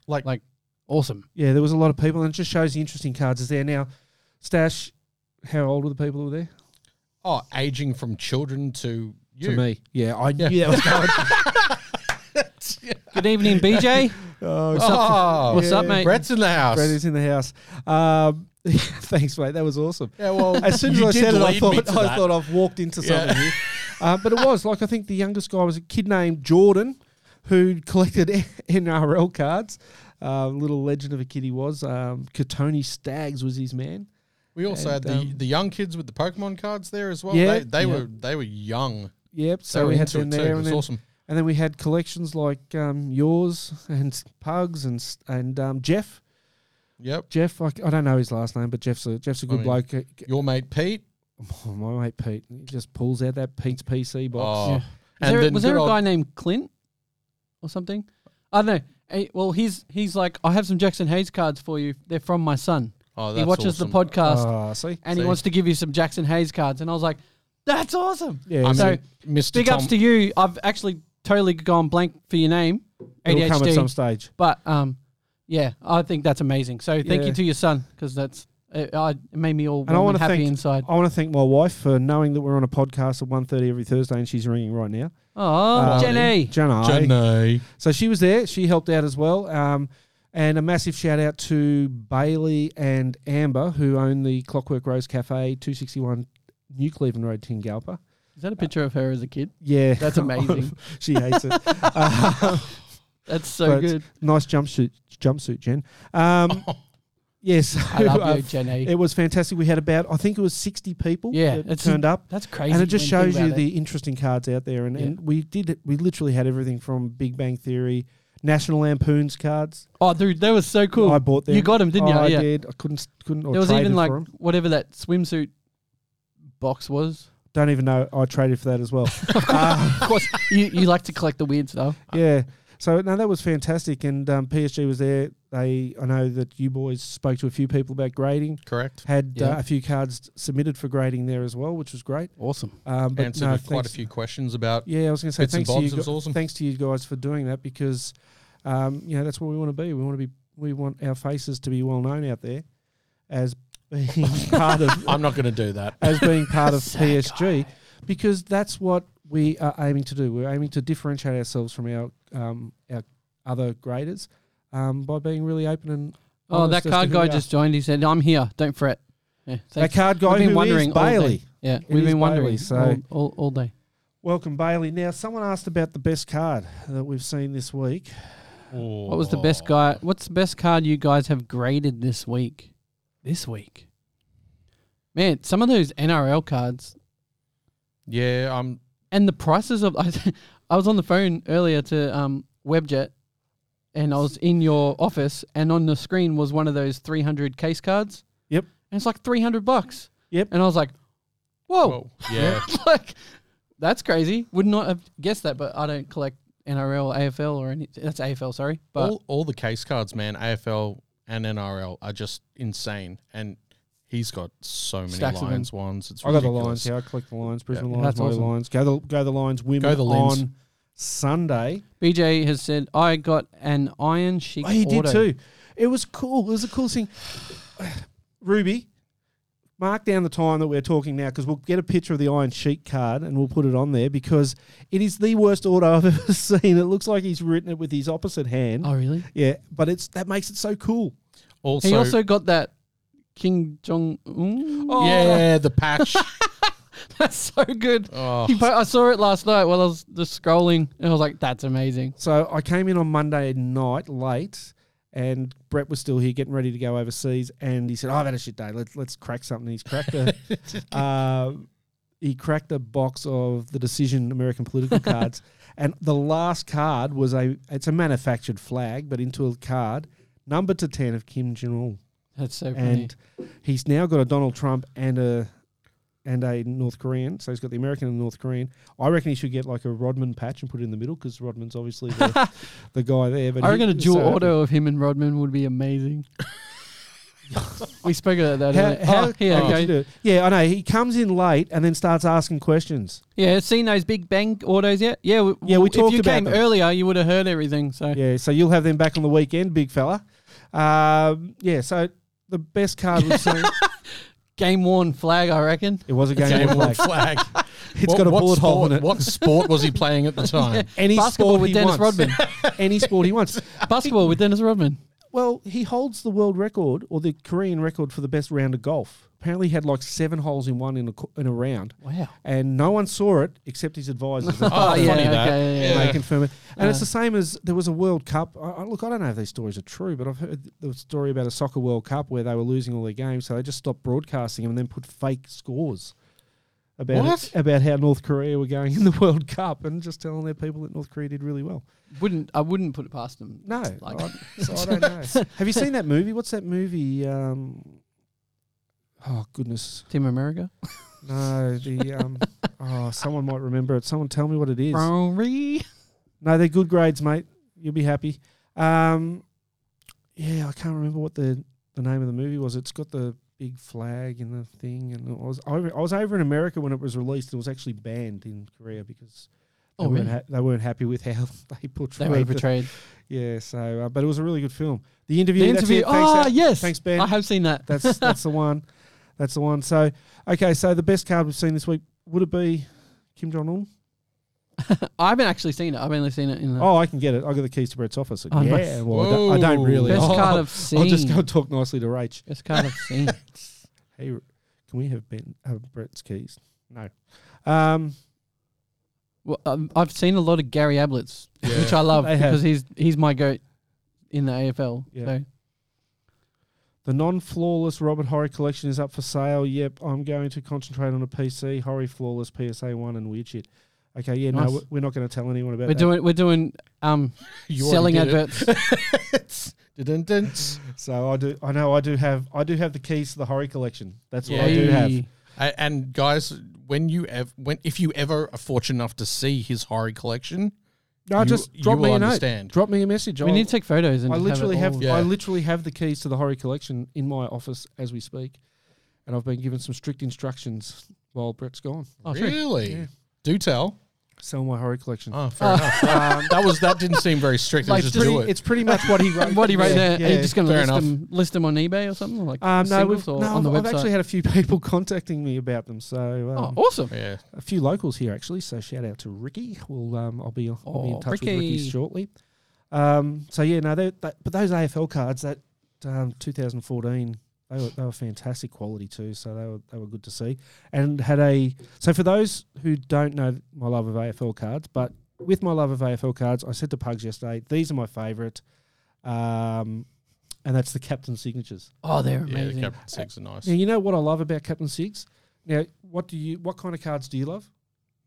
Speaker 4: Like-
Speaker 5: like awesome.
Speaker 3: Yeah, there was a lot of people, and it just shows the interesting cards is there now. Stash, how old were the people who were there?
Speaker 4: Oh, aging from children to you.
Speaker 3: To me, yeah, I
Speaker 4: Yeah.
Speaker 3: knew that was going.
Speaker 5: Good evening, BJ.
Speaker 3: oh,
Speaker 5: What's up?
Speaker 4: Oh,
Speaker 5: What's up,
Speaker 3: yeah.
Speaker 5: mate?
Speaker 4: Brett's in the house.
Speaker 3: Brett is in the house. Um, thanks, mate. That was awesome.
Speaker 4: yeah, well,
Speaker 3: As soon as
Speaker 4: you
Speaker 3: I
Speaker 4: did
Speaker 3: said it, I
Speaker 4: lead me
Speaker 3: thought
Speaker 4: to
Speaker 3: I
Speaker 4: that.
Speaker 3: thought I've walked into
Speaker 4: Yeah.
Speaker 3: something here. Uh, but it was like I think the youngest guy was a kid named Jordan, who collected NRL cards. Uh, little legend of a kid he was. Um, Katoni Staggs was his man.
Speaker 4: we also had
Speaker 3: and,
Speaker 4: the,
Speaker 3: um,
Speaker 4: the young kids with the Pokemon cards there as well.
Speaker 3: Yeah,
Speaker 4: they, they
Speaker 3: yeah.
Speaker 4: were they were young.
Speaker 3: Yep.
Speaker 4: they
Speaker 3: So
Speaker 4: were
Speaker 3: we had
Speaker 4: into
Speaker 3: them
Speaker 4: it too.
Speaker 3: there,
Speaker 4: it
Speaker 3: and
Speaker 4: was
Speaker 3: then,
Speaker 4: awesome.
Speaker 3: and then we had collections like um, yours and Pugs and s- and um, Jeff.
Speaker 4: Yep,
Speaker 3: Jeff, I, c- I don't know his last name, but Jeff's a Jeff's a good
Speaker 4: mean,
Speaker 3: bloke. Uh,
Speaker 4: your mate Pete.
Speaker 3: Oh, my mate Pete he just pulls out that Pete's PC box.
Speaker 4: Oh,
Speaker 5: Yeah. Was
Speaker 4: and
Speaker 5: there,
Speaker 4: then
Speaker 5: was there
Speaker 4: good
Speaker 5: a
Speaker 4: old-
Speaker 5: guy named Clint or something? I don't know. Eh, well, he's he's like, I have some Jackson Hayes cards for you. They're from my son.
Speaker 4: Oh,
Speaker 5: he
Speaker 4: that's
Speaker 5: watches
Speaker 4: awesome. Uh,
Speaker 5: the podcast
Speaker 3: Ah, see,
Speaker 5: and he
Speaker 4: see.
Speaker 5: wants to give you some Jackson Hayes cards. And I was like, that's awesome.
Speaker 3: yeah,
Speaker 4: I mean,
Speaker 5: So,
Speaker 4: Mr.
Speaker 5: Big
Speaker 4: Tom,
Speaker 5: ups to you. I've actually totally gone blank for your name,
Speaker 3: it'll come at some
Speaker 5: ADHD.
Speaker 3: stage.
Speaker 5: But um, yeah, I think that's amazing. So thank
Speaker 3: Yeah.
Speaker 5: you to your son because that's it, I, it made me all
Speaker 3: I
Speaker 5: warm and
Speaker 3: wanna
Speaker 5: happy
Speaker 3: thank-
Speaker 5: inside.
Speaker 3: I want to thank my wife for knowing that we're on a podcast at 1.30 every Thursday, and she's ringing right now.
Speaker 5: Oh,
Speaker 3: Um,
Speaker 5: Jenny.
Speaker 3: Janai.
Speaker 4: Jenny.
Speaker 3: So she was there. She helped out as well. Um, and a massive shout out to Bailey and Amber, who own the Clockwork Rose Cafe, 261 New Cleveland Road, Tingalpa.
Speaker 5: Is that a picture of her as a kid?
Speaker 3: Yeah,
Speaker 5: That's amazing.
Speaker 3: she hates it. Uh,
Speaker 5: That's so
Speaker 3: But-
Speaker 5: good.
Speaker 3: nice jumpsuit, jumpsuit, Jen. Um, Yes,
Speaker 5: I love you,
Speaker 3: uh,
Speaker 5: Jenny.
Speaker 3: It was fantastic. We had about, I think it was 60 people
Speaker 5: Yeah,
Speaker 3: that
Speaker 5: it's
Speaker 3: turned up.
Speaker 5: That's crazy.
Speaker 3: And it just
Speaker 5: when
Speaker 3: shows
Speaker 5: think
Speaker 3: you
Speaker 5: about it.
Speaker 3: the interesting cards out there. And, and we did it. We literally had everything from Big Bang Theory, National Lampoon's cards.
Speaker 5: oh, dude, that was so cool.
Speaker 3: I bought them.
Speaker 5: You got 'em, didn't
Speaker 3: Oh,
Speaker 5: you?
Speaker 3: I
Speaker 5: Yeah.
Speaker 3: did. I couldn't, couldn't, or
Speaker 5: there was even like
Speaker 3: for 'em.
Speaker 5: whatever that swimsuit box was.
Speaker 3: Don't even know. I traded for that as well. Uh,
Speaker 5: Of course, you, you like to collect the weird stuff.
Speaker 3: yeah. So, no, that was fantastic. And um, PSG was there. They, I know that you boys spoke to a few people about grading.
Speaker 4: Correct.
Speaker 3: Had
Speaker 5: Yeah.
Speaker 3: uh, a few cards submitted for grading there as well, which was great.
Speaker 5: Awesome.
Speaker 3: Um, but
Speaker 4: Answered
Speaker 3: no,
Speaker 4: with quite a
Speaker 3: thanks-
Speaker 4: few questions about
Speaker 3: Yeah, I was going to say
Speaker 4: bits and
Speaker 3: thanks to,
Speaker 4: bobs.
Speaker 3: you
Speaker 4: It was
Speaker 3: gu-
Speaker 4: awesome.
Speaker 3: thanks to you guys for doing that because, um, you know, that's what we want to be. We want to be, we want our faces to be well known out there as being part of,
Speaker 4: I'm not going to do that.
Speaker 3: as being part of PSG because that's what we are aiming to do. We're aiming to differentiate ourselves from our um, our other graders um, by being really open and.
Speaker 5: Oh,
Speaker 3: honest
Speaker 5: that
Speaker 3: as to
Speaker 5: card
Speaker 3: who
Speaker 5: guy
Speaker 3: we are.
Speaker 5: just joined. He said, "I'm here. Don't fret." Yeah,
Speaker 3: that
Speaker 5: thanks.
Speaker 3: card guy who is
Speaker 5: all day.
Speaker 3: Bailey.
Speaker 5: Yeah, we've
Speaker 3: is
Speaker 5: been wondering
Speaker 3: Bailey, so-
Speaker 5: all, all, all day.
Speaker 3: Welcome Bailey. Now, someone asked about the best card that we've seen this week.
Speaker 5: What was the best guy? What's the best card you guys have graded this week? This week, man, some of those NRL cards
Speaker 4: Yeah, I'm.
Speaker 5: and the prices of I, I was on the phone earlier to um, Webjet, and I was in your office, and on the screen was one of those three hundred case cards.
Speaker 3: Yep.
Speaker 5: and it's like three hundred bucks.
Speaker 3: Yep.
Speaker 5: and I was like, whoa,
Speaker 4: Well, yeah.
Speaker 5: like that's crazy. Would not have guessed that, but I don't collect NRL, AFL, or any. That's AFL, sorry, but
Speaker 4: all, all the case cards, man, AFL and NRL are just insane. And he's got so many
Speaker 5: Stacks of them.
Speaker 4: Lions ones. It's
Speaker 3: I got the
Speaker 4: ridiculous.
Speaker 3: Lions. Yeah, I collect the Lions. Brisbane
Speaker 5: Yeah,
Speaker 3: Lions,
Speaker 5: that's
Speaker 3: my
Speaker 5: awesome.
Speaker 3: Lions. Go the go the Lions. Women
Speaker 4: Go the Lions.
Speaker 3: on Sunday.
Speaker 5: BJ has said I got an Iron Sheik.
Speaker 3: Oh, he did
Speaker 5: auto."
Speaker 3: too. It was cool. It was a cool thing. Ruby, mark down the time that we're talking now because we'll get a picture of the Iron Sheik card and we'll put it on there because it is the worst auto I've ever seen. It looks like he's written it with his opposite hand.
Speaker 5: Oh, really?
Speaker 3: Yeah, but it's that makes it so cool.
Speaker 4: Also,
Speaker 5: He also got that King Jong Un.
Speaker 3: Oh.
Speaker 4: yeah, the patch.
Speaker 5: that's so good.
Speaker 4: oh,
Speaker 5: He po- I saw it last night while I was just scrolling, and I was like, "That's amazing."
Speaker 3: So I came in on Monday night late, and Brett was still here getting ready to go overseas. And he said, "Oh, I've had a shit day. Let's let's crack something." He's cracked a uh, he cracked a box of the Decision American political cards, and the last card was a it's a manufactured flag, but into a card number to 10 of Kim Jong-un.
Speaker 5: That's so funny.
Speaker 3: And he's now got a Donald Trump and a and a North Korean. So he's got the American and the North Korean. I reckon he should get like a Rodman patch and put it in the middle because Rodman's obviously the, the guy there. But
Speaker 5: I reckon
Speaker 3: he-
Speaker 5: a dual
Speaker 3: so-
Speaker 5: auto of him and Rodman would be amazing. we spoke about that.
Speaker 3: How,
Speaker 5: earlier.
Speaker 3: how,
Speaker 5: oh, here,
Speaker 3: how
Speaker 5: okay.
Speaker 3: could you do it? Yeah, I know. He comes in late and then starts asking questions.
Speaker 5: Yeah, seen those big bang autos yet? Yeah, we,
Speaker 3: Yeah, we
Speaker 5: If
Speaker 3: talked
Speaker 5: you
Speaker 3: about
Speaker 5: came
Speaker 3: them.
Speaker 5: earlier, you would have heard everything. So
Speaker 3: Yeah, so you'll have them back on the weekend, big fella. Um, yeah, so the best card we've seen.
Speaker 5: game worn flag, I reckon.
Speaker 3: It was a game,
Speaker 4: Game
Speaker 3: of
Speaker 4: one
Speaker 3: black.
Speaker 4: flag.
Speaker 3: It's got a bullet
Speaker 4: sport,
Speaker 3: hole in it.
Speaker 4: What sport was he playing at the time?
Speaker 3: Any
Speaker 5: Basketball
Speaker 3: sport
Speaker 5: with
Speaker 3: he
Speaker 5: Dennis
Speaker 3: wants.
Speaker 5: Rodman.
Speaker 3: Any sport he wants.
Speaker 5: Basketball with Dennis Rodman.
Speaker 3: Well, he holds the world record or the Korean record for the best round of golf. Apparently, he had like seven holes in one in a co- in a round,
Speaker 5: Wow.
Speaker 3: and no one saw it except his advisors.
Speaker 4: Oh,
Speaker 5: yeah,
Speaker 4: funny that.
Speaker 5: okay, yeah,
Speaker 3: And
Speaker 5: yeah.
Speaker 3: They confirm it, and it's
Speaker 5: Uh.
Speaker 3: the same as there was a World Cup. I, I, look, I don't know if these stories are true, but I've heard the story about a soccer World Cup where they were losing all their games, so they just stopped broadcasting them and then put fake scores about it-
Speaker 4: What?
Speaker 3: about how North Korea were going in the World Cup, and just telling their people that North Korea did really well.
Speaker 5: Wouldn't I wouldn't put it past them.
Speaker 3: No,
Speaker 5: Like-
Speaker 3: I, so I don't know. Have you seen that movie? What's that movie? Um, oh goodness,
Speaker 5: Team America.
Speaker 3: no. The um, oh, someone might remember it. Someone tell me what it is.
Speaker 5: Rory.
Speaker 3: No, they're good grades, mate. You'll be happy. Um, yeah, I can't remember what the the name of the movie was. It's got the big flag and the thing, and I was over, I was over in America when it was released. It was actually banned in Korea because. They,
Speaker 5: Oh,
Speaker 3: weren't
Speaker 5: really?
Speaker 3: ha- they weren't happy with how they
Speaker 5: They
Speaker 3: portrayed.
Speaker 5: were
Speaker 3: the-
Speaker 5: portrayed.
Speaker 3: yeah, so uh, but it was a really good film. The interview.
Speaker 5: The
Speaker 3: that's
Speaker 5: interview.
Speaker 3: it. Thanks,
Speaker 5: Ah,
Speaker 3: Al.
Speaker 5: yes.
Speaker 3: Thanks, Ben.
Speaker 5: I have seen that.
Speaker 3: That's that's the one. That's the one. So okay, so the best card we've seen this week would it be Kim Jong Un?
Speaker 5: I haven't actually seen it. I've only seen it in the
Speaker 3: Oh, I can get it. I got the keys to Brett's office.
Speaker 5: Oh,
Speaker 3: yeah,
Speaker 5: nice.
Speaker 3: well, I don't, I don't
Speaker 4: Whoa.
Speaker 3: really.
Speaker 5: best
Speaker 3: I'll,
Speaker 5: card I've
Speaker 3: I'll
Speaker 5: seen.
Speaker 3: just go talk nicely to Rach.
Speaker 5: best card I've seen.
Speaker 3: Hey, can we have Ben have Brett's keys? No. Um,
Speaker 5: Well, um, I've seen a lot of Gary Ablett's,
Speaker 4: Yeah.
Speaker 5: which I love
Speaker 3: They have.
Speaker 5: because he's he's my goat in the AFL.
Speaker 3: Yeah.
Speaker 5: So
Speaker 3: the non-flawless Robert Horry collection is up for sale. Yep, I'm going to concentrate on a PC Horry flawless PSA one and weird shit. Okay, yeah,
Speaker 5: Nice.
Speaker 3: no, we're- we're not going to tell anyone about
Speaker 5: we're
Speaker 3: that.
Speaker 5: doing we're doing um
Speaker 4: You
Speaker 5: selling
Speaker 4: already did
Speaker 5: adverts.
Speaker 4: it. Dun-dun-dun.
Speaker 3: So I do. I know I do have. I do have the keys to the Horry collection. That's what I
Speaker 4: Yeah.
Speaker 3: do have.
Speaker 5: Hey.
Speaker 4: A- And guys, when you ev- when if you ever are fortunate enough to see his Hori collection,
Speaker 3: No,
Speaker 4: You-
Speaker 3: just
Speaker 4: you
Speaker 3: drop me
Speaker 4: will
Speaker 3: a note.
Speaker 4: understand.
Speaker 3: Drop me a message.
Speaker 5: We
Speaker 3: I'll-
Speaker 5: need to take photos and
Speaker 3: I
Speaker 5: just
Speaker 3: literally have.
Speaker 5: have, it all.
Speaker 4: Yeah.
Speaker 3: I literally have the keys to the Horry collection in my office as we speak, and I've been given some strict instructions while Brett's gone.
Speaker 5: Oh, true.
Speaker 4: really,
Speaker 3: Yeah.
Speaker 4: do tell.
Speaker 3: Sell my Horry collection. Um,
Speaker 4: Oh, fair enough. that was that didn't seem very strict. It was
Speaker 3: Like,
Speaker 4: just
Speaker 3: pretty-
Speaker 4: do it.
Speaker 3: It's pretty much what he wrote.
Speaker 5: What are you right
Speaker 3: Yeah,
Speaker 5: there? Are you
Speaker 3: yeah.
Speaker 5: just going to
Speaker 4: Fair
Speaker 5: list
Speaker 4: enough.
Speaker 5: them, list them on eBay or something? Like
Speaker 3: Um, no,
Speaker 5: singles
Speaker 3: we've,
Speaker 5: or
Speaker 3: no,
Speaker 5: on the
Speaker 3: I've
Speaker 5: website?
Speaker 3: actually had a few people contacting me about them. So um,
Speaker 5: oh, awesome.
Speaker 4: yeah,
Speaker 3: a few locals here actually. So shout out to Ricky. We'll um, I'll be I'll be
Speaker 5: Oh,
Speaker 3: in touch with
Speaker 5: Ricky.
Speaker 3: Ricky shortly. Um, so yeah, no, they, that, but those AFL cards that um, 2014 they were they were fantastic quality too. So they were they were good to see and had a so for those who don't know my love of AFL cards, but with my love of AFL cards, I said to Pugs yesterday, these are my favourite. Um, and that's the captain signatures.
Speaker 5: Oh, they're
Speaker 4: yeah. The
Speaker 5: amazing.
Speaker 4: Captain Six are nice.
Speaker 3: Now you know what I love about Captain Sigs. Now, what do you? What kind of cards do you love?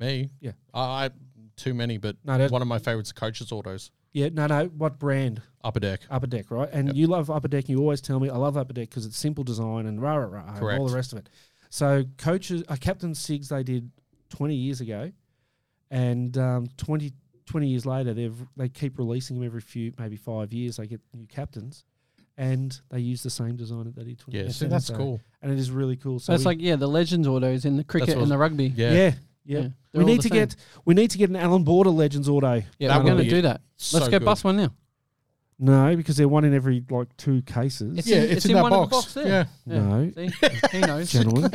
Speaker 4: Me,
Speaker 3: Yeah.
Speaker 4: I, I too many, but
Speaker 3: No, that-
Speaker 4: one of my favorites, coaches autos,
Speaker 3: Yeah, no, no. What brand?
Speaker 4: upper deck.
Speaker 3: Upper Deck, right? And you love Upper Deck. And you always tell me I love Upper Deck because it's simple design and rah rah rah and all
Speaker 4: Correct.
Speaker 3: the rest of it. So coaches, uh, Captain Sigs, they did twenty years ago, and um, 20, 20 years later, they've they keep releasing them every few, maybe five years. They get new captains, and they use the same design that they did twenty.
Speaker 4: Yeah,
Speaker 3: years
Speaker 4: see,
Speaker 3: ago.
Speaker 4: that's
Speaker 3: So-
Speaker 4: cool.
Speaker 3: and it is really cool. So
Speaker 5: That's
Speaker 3: we-
Speaker 5: like yeah, the legends autos in the cricket
Speaker 4: what-
Speaker 5: and the rugby.
Speaker 4: Yeah,
Speaker 3: yeah, yeah.
Speaker 5: they're
Speaker 3: We
Speaker 5: all
Speaker 3: need
Speaker 5: the
Speaker 3: to
Speaker 5: same.
Speaker 3: get we need to get an Alan Border Legends auto.
Speaker 5: Yeah,
Speaker 4: That
Speaker 5: we're
Speaker 4: would
Speaker 5: going to
Speaker 4: be
Speaker 5: do that.
Speaker 4: so
Speaker 5: Let's go
Speaker 4: good.
Speaker 5: bust one now.
Speaker 3: No, because they're one in every like two cases.
Speaker 5: It's
Speaker 4: Yeah,
Speaker 5: in-
Speaker 4: it's,
Speaker 5: it's
Speaker 4: in,
Speaker 5: in
Speaker 4: that
Speaker 5: one of the
Speaker 4: box.
Speaker 5: box there.
Speaker 4: Yeah,
Speaker 3: No.
Speaker 5: Yeah, see? he knows.
Speaker 3: gentlemen.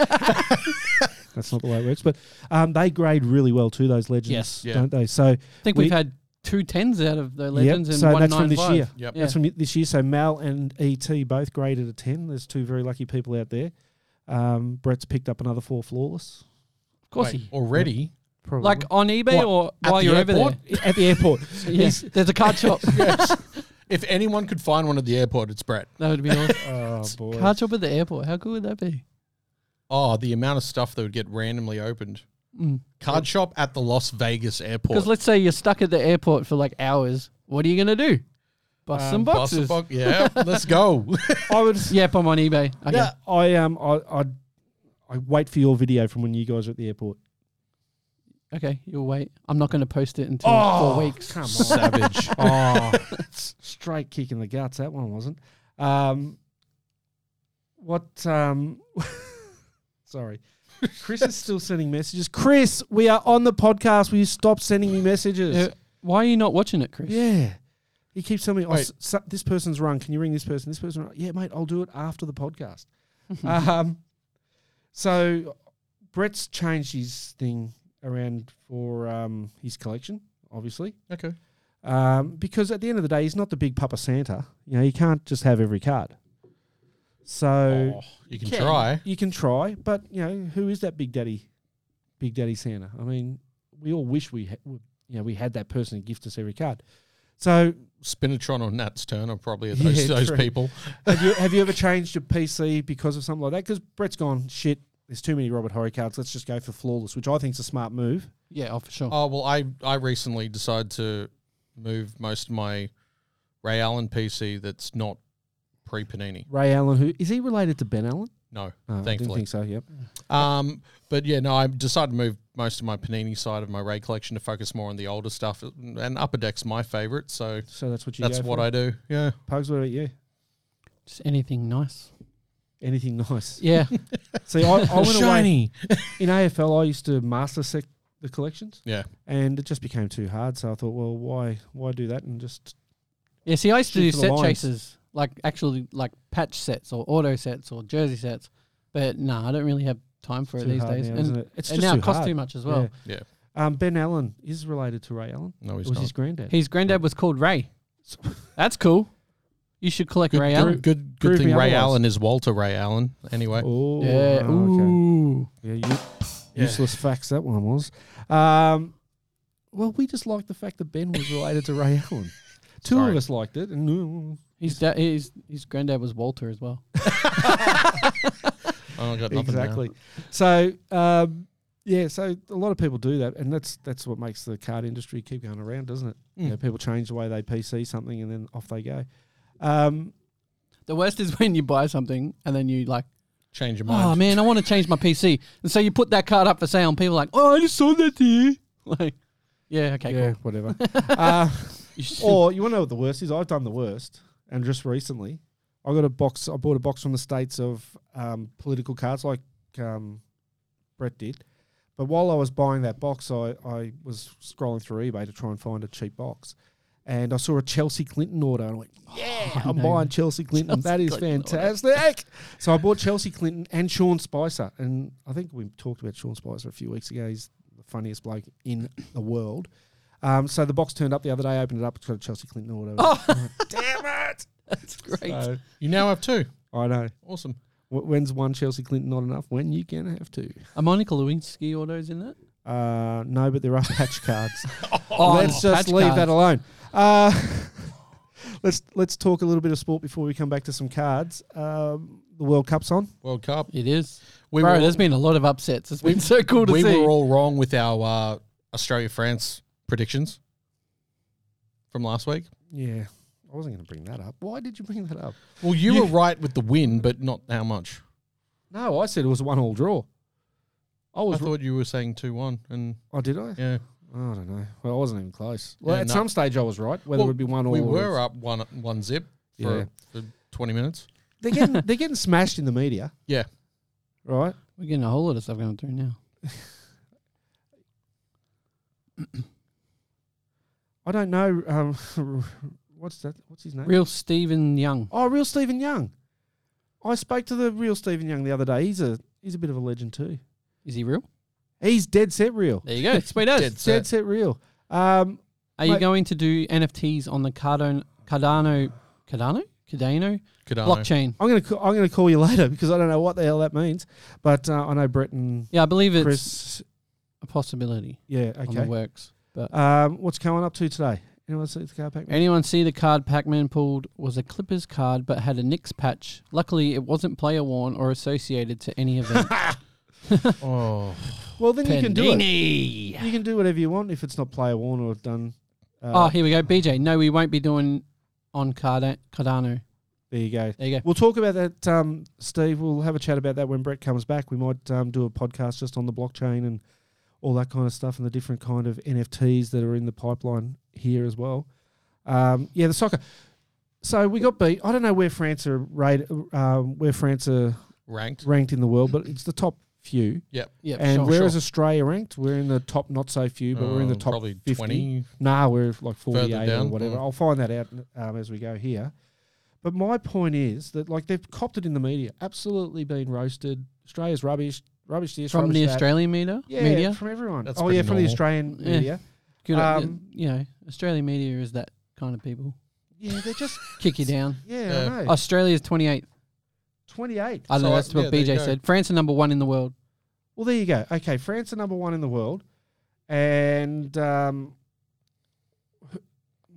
Speaker 3: That's not the way it works, but um, they grade really well too. Those legends,
Speaker 5: Yes.
Speaker 4: Yeah.
Speaker 3: don't they? So
Speaker 5: I think
Speaker 3: We-
Speaker 5: we've had two tens out of the
Speaker 3: yep,
Speaker 5: legends and
Speaker 3: so
Speaker 5: one
Speaker 3: that's from
Speaker 5: nine
Speaker 3: this
Speaker 5: five.
Speaker 3: year.
Speaker 4: Yep.
Speaker 5: Yeah.
Speaker 3: That's from this year. So Mal and ET both graded a ten. There's two very lucky people out there. Um, Brett's picked up another four flawless.
Speaker 5: Of course,
Speaker 4: Wait,
Speaker 5: he
Speaker 4: already.
Speaker 3: Probably.
Speaker 5: like on eBay
Speaker 4: What,
Speaker 5: or
Speaker 4: at
Speaker 5: while
Speaker 4: the
Speaker 5: you're over
Speaker 4: airport?
Speaker 3: at the airport.
Speaker 5: there. Yeah. There's a card shop.
Speaker 4: If anyone could find one at the airport, it's Brett.
Speaker 5: that would be awesome.
Speaker 3: oh boy.
Speaker 5: Card shop at the airport. How cool would that be?
Speaker 4: Oh, the amount of stuff that would get randomly opened.
Speaker 5: Mm.
Speaker 4: Card shop at the Las Vegas airport.
Speaker 5: Because let's say you're stuck at the airport for like hours. What are you going to do? Bust
Speaker 3: Um,
Speaker 5: some
Speaker 4: Bust the
Speaker 5: boxes.
Speaker 4: fuck- yeah, let's go.
Speaker 3: I would.
Speaker 5: Yeah, put 'em on eBay. Okay.
Speaker 3: Yeah, I um, I I I wait for your video from when you guys are at the airport.
Speaker 5: Okay, you'll wait. I'm not going to post it until
Speaker 3: Oh.
Speaker 5: four weeks.
Speaker 3: Come on,
Speaker 4: Savage.
Speaker 3: oh, straight kick in the guts. That one wasn't. Um, what? Um, sorry. Chris is still sending messages. Chris, we are on the podcast. Will you stop sending me messages?
Speaker 5: Uh, why are you not watching it, Chris?
Speaker 3: Yeah. He keeps telling me, oh,
Speaker 4: Wait.
Speaker 3: s- s- this person's rung. Can you ring this person? This person, rung." yeah, mate, I'll do it after the podcast. um, so Brett's changed his thing around for um, his collection, obviously,
Speaker 4: okay.
Speaker 3: um, because at the end of the day, he's not the big Papa Santa. You know, you can't just have every card. So
Speaker 4: Oh, you can try.
Speaker 3: you can try, but you know, who is that Big Daddy, Big Daddy Santa? I mean, we all wish we, ha- we you know, we had that person to gift us every card. So
Speaker 4: Spinatron or Nat's turn are probably
Speaker 3: Yeah,
Speaker 4: those, those
Speaker 3: true.
Speaker 4: people.
Speaker 3: have you have you ever changed your PC because of something like that? Because Brett's gone shit. There's too many Robert Horry cards. Let's just go for flawless, which I think is a smart move.
Speaker 5: Yeah, oh, for sure.
Speaker 4: Oh well, I I recently decided to move most of my Ray Allen PC that's not pre Panini.
Speaker 3: Ray Allen, who is he related to Ben Allen?
Speaker 4: No,
Speaker 3: Oh, I didn't
Speaker 4: thankfully.
Speaker 3: think so. Uh, Yep.
Speaker 4: Um, but yeah, no, I decided to move most of my Panini side of my Ray collection to focus more on the older stuff, and Upper Deck's my favorite, so
Speaker 3: So that's what you.
Speaker 4: that's
Speaker 3: go
Speaker 4: what
Speaker 3: for.
Speaker 4: I do. Yeah,
Speaker 3: Pugs, what about you?
Speaker 5: Just anything nice.
Speaker 3: Anything nice?
Speaker 5: Yeah.
Speaker 3: See, I, I went away in AFL. I used to master sec the collections,
Speaker 4: yeah.
Speaker 3: and it just became too hard. So I thought, well, why why do that and just
Speaker 5: yeah, see, I used to
Speaker 3: Shoot
Speaker 5: do
Speaker 3: for the
Speaker 5: set
Speaker 3: lines.
Speaker 5: chases, like actually like patch sets or auto sets or jersey sets. But no, I don't really have time for it
Speaker 3: too
Speaker 5: these
Speaker 3: hard
Speaker 5: days.
Speaker 3: now,
Speaker 5: and
Speaker 3: isn't it? It's
Speaker 5: and
Speaker 3: just
Speaker 5: now
Speaker 3: too
Speaker 5: it costs
Speaker 3: hard.
Speaker 5: too much as well.
Speaker 4: Yeah.
Speaker 3: Um, ben Allen is related to Ray Allen.
Speaker 4: No,
Speaker 3: It
Speaker 4: he's
Speaker 3: was
Speaker 4: not.
Speaker 3: his granddad.
Speaker 5: His granddad was called Ray. That's cool. You should collect
Speaker 4: good,
Speaker 5: Ray
Speaker 4: good-
Speaker 5: Allen.
Speaker 4: Good, good
Speaker 3: Prove
Speaker 4: thing
Speaker 3: me
Speaker 4: Ray
Speaker 3: otherwise.
Speaker 4: Allen is Walter Ray Allen. Anyway,
Speaker 3: oh,
Speaker 5: yeah.
Speaker 3: oh, okay.
Speaker 5: Ooh.
Speaker 3: Yeah, u-
Speaker 4: Yeah.
Speaker 3: useless facts that one was. Um, well, we just liked the fact that Ben was related to Ray Allen. Two of
Speaker 4: Sorry.
Speaker 3: us liked it, and mm,
Speaker 5: His, da- his his granddad was Walter as well.
Speaker 4: oh, I got nothing. now.
Speaker 3: exactly. So, um, yeah, so a lot of people do that, and that's that's what makes the card industry keep going around, doesn't it? You
Speaker 4: Mm.
Speaker 3: know, people change the way they PC something, and then off they go. Um,
Speaker 5: The worst is when you buy something and then you like,
Speaker 4: Change your mind.
Speaker 5: oh man, I want to change my PC, and so you put that card up for sale, and people are like, oh, I just sold that to you. Like, yeah, okay,
Speaker 3: yeah,
Speaker 5: cool.
Speaker 3: whatever. uh,
Speaker 5: You should-
Speaker 3: or you want to know what the worst is? I've done the worst, and just recently, I got a box. I bought a box from the states of um, political cards, like um, Brett did. But while I was buying that box, I, I was scrolling through eBay to try and find a cheap box, and I saw a Chelsea Clinton order, and I went, "Yeah, I'm
Speaker 5: no.
Speaker 3: buying Chelsea Clinton. that is
Speaker 5: Clinton order.
Speaker 3: fantastic." so I bought Chelsea Clinton and Sean Spicer, and I think we talked about Sean Spicer a few weeks ago. He's the funniest bloke in the world. Um, so the box turned up the other day. I opened it up. It's got a Chelsea Clinton order. Oh, damn it!
Speaker 5: that's great.
Speaker 3: So,
Speaker 4: You now have two.
Speaker 3: I know.
Speaker 4: Awesome.
Speaker 3: Wh- When's one Chelsea Clinton not enough? When you gonna have two?
Speaker 5: Are Monica Lewinsky autos in that?
Speaker 3: Uh, no, but there are patch cards.
Speaker 5: Oh,
Speaker 3: let's just leave that alone. Uh, let's let's talk a little bit of sport before we come back to some cards. Um, the World Cup's on.
Speaker 4: World Cup.
Speaker 5: It is.
Speaker 4: We
Speaker 5: Bro,
Speaker 4: were-
Speaker 5: there's been a lot of upsets. It's been so cool to
Speaker 4: we
Speaker 5: see.
Speaker 4: were all wrong with our uh, Australia France predictions from last week.
Speaker 3: Yeah, I wasn't going to bring that up. Why did you bring that up?
Speaker 4: Well, you,
Speaker 3: You-
Speaker 4: were right with the win, but not how much.
Speaker 3: No, I said it was a one-all draw. I
Speaker 4: I
Speaker 3: was.
Speaker 4: thought you were saying two one, and
Speaker 3: oh, did I?
Speaker 4: yeah,
Speaker 3: Oh, I don't know. Well, I wasn't even close. Well,
Speaker 4: Yeah,
Speaker 3: at
Speaker 4: no.
Speaker 3: some stage I was right. Whether
Speaker 4: Well,
Speaker 3: it would be one or
Speaker 4: we were up one one zip for,
Speaker 3: Yeah.
Speaker 4: for twenty minutes.
Speaker 3: They're getting they're getting smashed in the media,
Speaker 4: Yeah,
Speaker 3: right?
Speaker 5: We're getting a whole lot of stuff going through now.
Speaker 3: I don't know. Um, what's that? What's his name?
Speaker 5: Real Stephen Young.
Speaker 3: oh, real Stephen Young. I spoke to the real Stephen Young the other day. He's a he's a bit of a legend too.
Speaker 5: Is he real?
Speaker 3: He's dead set real.
Speaker 5: There you go. Sweet as.
Speaker 4: Dead
Speaker 3: Dead set real. Um,
Speaker 5: Are you
Speaker 3: Mate.
Speaker 5: going to do NFTs on the Cardano, Cardano, Cardano, Cardano
Speaker 4: Cardano.
Speaker 5: blockchain?
Speaker 3: I'm gonna ca- I'm gonna call you later because I don't know what the hell that means. But uh, I know Brett and
Speaker 5: Yeah, I believe it's
Speaker 3: Chris.
Speaker 5: a possibility
Speaker 3: Yeah.
Speaker 5: on
Speaker 3: Okay.
Speaker 5: the works. But
Speaker 3: Um, what's going up to today? Anyone see the car pack?
Speaker 5: anyone see the card Pac-Man pulled was a Clippers card, but had a Knicks patch. Luckily, it wasn't player worn or associated to any event.
Speaker 4: Oh,
Speaker 3: Well, then you can do it.
Speaker 5: Panini.
Speaker 3: You can do whatever you want if it's not player worn or done.
Speaker 5: Oh,
Speaker 3: Uh,
Speaker 5: here we go. BJ, no, we won't be doing on Card- Cardano.
Speaker 3: There you go.
Speaker 5: There you go.
Speaker 3: We'll talk about that, um, Steve. We'll have a chat about that when Brett comes back. We might um, do a podcast just on the blockchain and all that kind of stuff and the different kind of NFTs that are in the pipeline here as well. Um, yeah, the soccer. So we got beat. I don't know where France are rated, um, where France are
Speaker 4: ranked.
Speaker 3: ranked in the world, but it's the top few.
Speaker 4: Yep.
Speaker 5: Yep.
Speaker 3: and
Speaker 5: sure.
Speaker 3: where is
Speaker 4: sure.
Speaker 3: Australia ranked? We're in the top not so few, but we're in the
Speaker 4: Um,
Speaker 3: top
Speaker 4: probably
Speaker 3: 50.
Speaker 4: 20.
Speaker 3: Nah, we're like 48 or
Speaker 4: down,
Speaker 3: whatever.
Speaker 4: mm.
Speaker 3: I'll find that out um, as we go here. But my point is that like they've copped it in the media, absolutely been roasted. Australia's rubbish, rubbish this,
Speaker 5: from
Speaker 3: rubbish
Speaker 5: the
Speaker 3: that.
Speaker 5: Australian media.
Speaker 3: yeah,
Speaker 5: media.
Speaker 3: from everyone.
Speaker 4: That's
Speaker 3: oh
Speaker 4: pretty
Speaker 3: yeah, from the
Speaker 4: normal.
Speaker 3: Australian
Speaker 5: Yeah.
Speaker 3: media.
Speaker 5: Good, uh,
Speaker 3: um,
Speaker 5: you know, Australian media is that kind of people.
Speaker 3: Yeah, they're just
Speaker 5: Kick you down.
Speaker 3: yeah, I know.
Speaker 5: Australia's 28th.
Speaker 3: 28.
Speaker 5: I don't
Speaker 4: So
Speaker 5: know.
Speaker 4: I-
Speaker 5: That's what
Speaker 4: yeah, there you
Speaker 5: BJ
Speaker 4: go.
Speaker 5: said. France are number one in the world.
Speaker 3: Well, there you go. Okay, France are number one in the world, and um,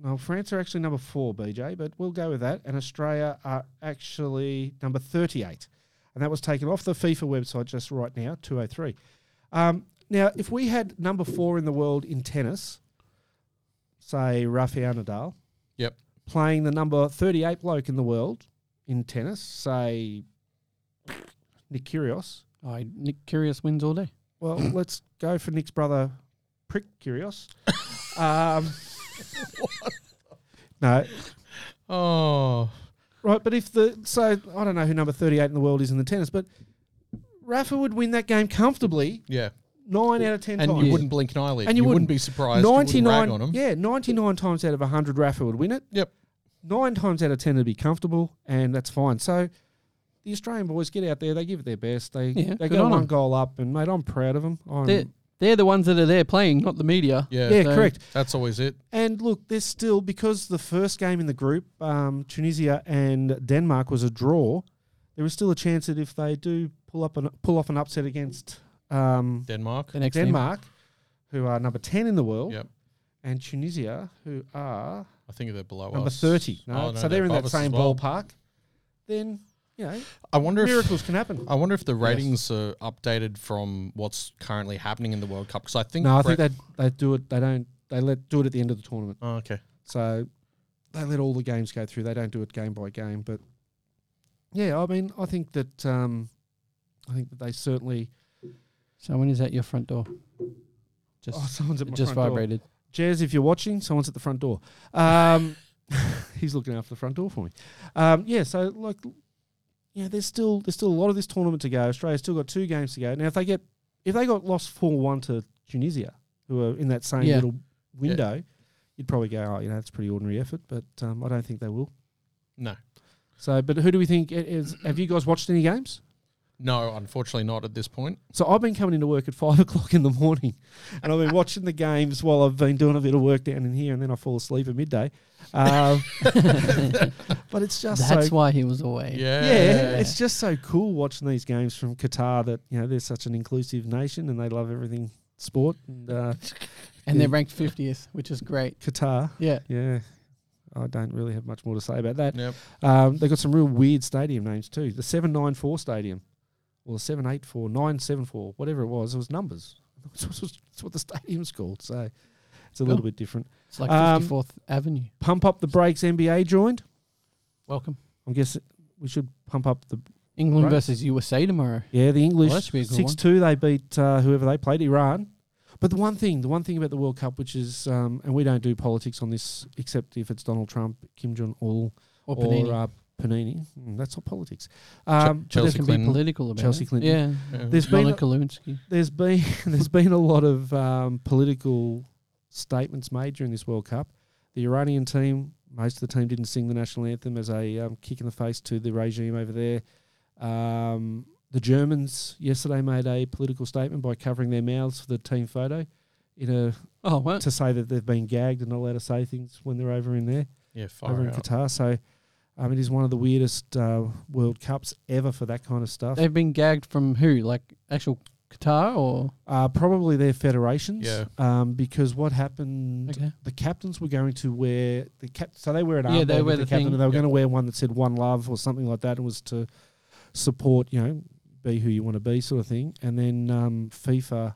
Speaker 3: well, France are actually number four, BJ, but we'll go with that. And Australia are actually number thirty-eight, and that was taken off the FIFA website just right now, two oh three. Um, now, if we had number four in the world in tennis, say Rafael Nadal,
Speaker 4: Yep.
Speaker 3: playing the number thirty-eight bloke in the world in tennis, say Nick Kyrgios.
Speaker 5: Oh, Nick Curious wins all day.
Speaker 3: Well, let's go for Nick's brother, Prick Curios. um, no,
Speaker 4: Oh,
Speaker 3: right, but if the so I don't know who number thirty-eight in the world is in the tennis, but Rafa would win that game comfortably,
Speaker 4: yeah.
Speaker 3: nine out of ten
Speaker 4: And
Speaker 3: times.
Speaker 4: you wouldn't blink an eyelid.
Speaker 3: And you wouldn't.
Speaker 4: be surprised. You wouldn't rag on him.
Speaker 3: yeah, ninety-nine times out of hundred, Rafa would win it.
Speaker 4: Yep.
Speaker 3: Nine times out of ten, it'd be comfortable, and that's fine. So. The Australian boys get out there; they give it their best. They
Speaker 5: Yeah,
Speaker 3: they
Speaker 5: good
Speaker 3: go
Speaker 5: on
Speaker 3: one
Speaker 5: 'em.
Speaker 3: goal up, and mate, I'm proud of them. I'm,
Speaker 5: They're, they're the ones that are there playing, not the media.
Speaker 4: Yeah.
Speaker 3: Um, yeah,
Speaker 5: so-
Speaker 3: correct.
Speaker 4: That's always it.
Speaker 3: And look, there's still because the first game in the group, um, Tunisia and Denmark was a draw. There is still a chance that if they do pull up an pull off an upset against um,
Speaker 4: Denmark.
Speaker 5: The next team.
Speaker 3: Denmark, who are number ten in the world,
Speaker 4: Yep.
Speaker 3: and Tunisia, who are
Speaker 4: I think they're below
Speaker 3: number
Speaker 4: us.
Speaker 3: thirty, no?
Speaker 4: Oh, no,
Speaker 3: so they're in
Speaker 4: above
Speaker 3: that
Speaker 4: us as
Speaker 3: same
Speaker 4: well.
Speaker 3: ballpark. Then you know
Speaker 4: I wonder if
Speaker 3: miracles can happen.
Speaker 4: I wonder if the ratings are updated from what's currently happening in the World Cup because I think.
Speaker 3: no, I
Speaker 4: Brett-
Speaker 3: think they they do it. They don't. They let do it at the end of the tournament.
Speaker 4: Oh, okay.
Speaker 3: So they let all the games go through. They don't do it game by game. But yeah, I mean, I think that um, I think that they certainly.
Speaker 5: Someone is at your front door. Just,
Speaker 3: Oh, someone's at
Speaker 5: it
Speaker 3: my
Speaker 5: just
Speaker 3: front
Speaker 5: vibrated.
Speaker 3: door. Jez, if you're watching, someone's at the front door. Um, he's looking after the front door for me. Um, yeah, so like, yeah, there's still there's still a lot of this tournament to go. Australia's still got two games to go. Now, if they get if they got lost four one to Tunisia, who are in that same
Speaker 5: Yeah.
Speaker 3: little window, you'd probably go, oh, you know, that's a pretty ordinary effort. But um, I don't think they will.
Speaker 4: No.
Speaker 3: So, but who do we think it is? Have you guys watched any games?
Speaker 4: No, unfortunately not at this point.
Speaker 3: So I've been coming into work at five o'clock in the morning, and I've been watching the games while I've been doing a bit of work down in here, and then I fall asleep at midday. Um, but it's just
Speaker 5: That's
Speaker 3: so
Speaker 5: why he was away.
Speaker 4: Yeah.
Speaker 3: yeah, it's just so cool watching these games from Qatar. That you know they're such an inclusive nation, and they love everything sport and uh,
Speaker 5: And they're ranked 50th, which is great.
Speaker 3: Qatar.
Speaker 5: Yeah.
Speaker 3: Yeah, I don't really have much more to say about that.
Speaker 4: Yep.
Speaker 3: Um, they've got some real weird stadium names too. The 794 Stadium, or the 784, 974, whatever it was, it was numbers. That's what- that's what the stadium's called. So it's a little
Speaker 5: Cool.
Speaker 3: bit different.
Speaker 5: It's like
Speaker 3: Um,
Speaker 5: 54th Avenue.
Speaker 3: Pump Up the Brakes NBA joined.
Speaker 5: Welcome.
Speaker 3: I guess we should pump up the.
Speaker 5: England
Speaker 3: Right.
Speaker 5: versus USA tomorrow.
Speaker 3: Yeah, the English
Speaker 5: that should be a good
Speaker 3: 6 2, they beat uh, whoever they played, Iran. But the one thing, the one thing about the World Cup, which is, um, and we don't do politics on this except if it's Donald Trump, Kim Jong Il,
Speaker 5: Or Panini.
Speaker 3: Uh, Panini. Mm, that's not politics. Um, but
Speaker 5: Just
Speaker 4: Chelsea
Speaker 5: can be
Speaker 4: Clinton.
Speaker 5: political about
Speaker 3: Chelsea
Speaker 5: it.
Speaker 3: Clinton.
Speaker 5: Yeah.
Speaker 4: Yeah.
Speaker 3: there's been
Speaker 5: Donna
Speaker 3: a-
Speaker 5: Kalunsky.
Speaker 3: there's been there's been a lot of um, political statements made during this World Cup. The Iranian team, most of the team didn't sing the national anthem as a um, kick in the face to the regime over there. Um, the Germans yesterday made a political statement by covering their mouths for the team photo, in a
Speaker 5: Oh, what?
Speaker 3: to say that they've been gagged and not allowed to say things when they're over in there
Speaker 4: Oh, Yeah,
Speaker 3: over
Speaker 4: far
Speaker 3: in
Speaker 4: out.
Speaker 3: Qatar. So. Um, it is one of the weirdest uh, World Cups ever for that kind of stuff.
Speaker 5: They've been gagged from who? Like actual Qatar or
Speaker 3: Uh, probably their federations.
Speaker 4: Yeah.
Speaker 3: Um, because what happened,
Speaker 5: Okay.
Speaker 3: the captains were going to wear the cap. So they wear an
Speaker 5: Yeah,
Speaker 3: armband
Speaker 5: they
Speaker 3: with
Speaker 5: wear
Speaker 3: the,
Speaker 5: the
Speaker 3: captain,
Speaker 5: thing.
Speaker 3: and they were
Speaker 4: Yep.
Speaker 3: going to wear one that said "One Love" or something like that, and was to support, you know, be who you want to be, sort of thing. And then um, FIFA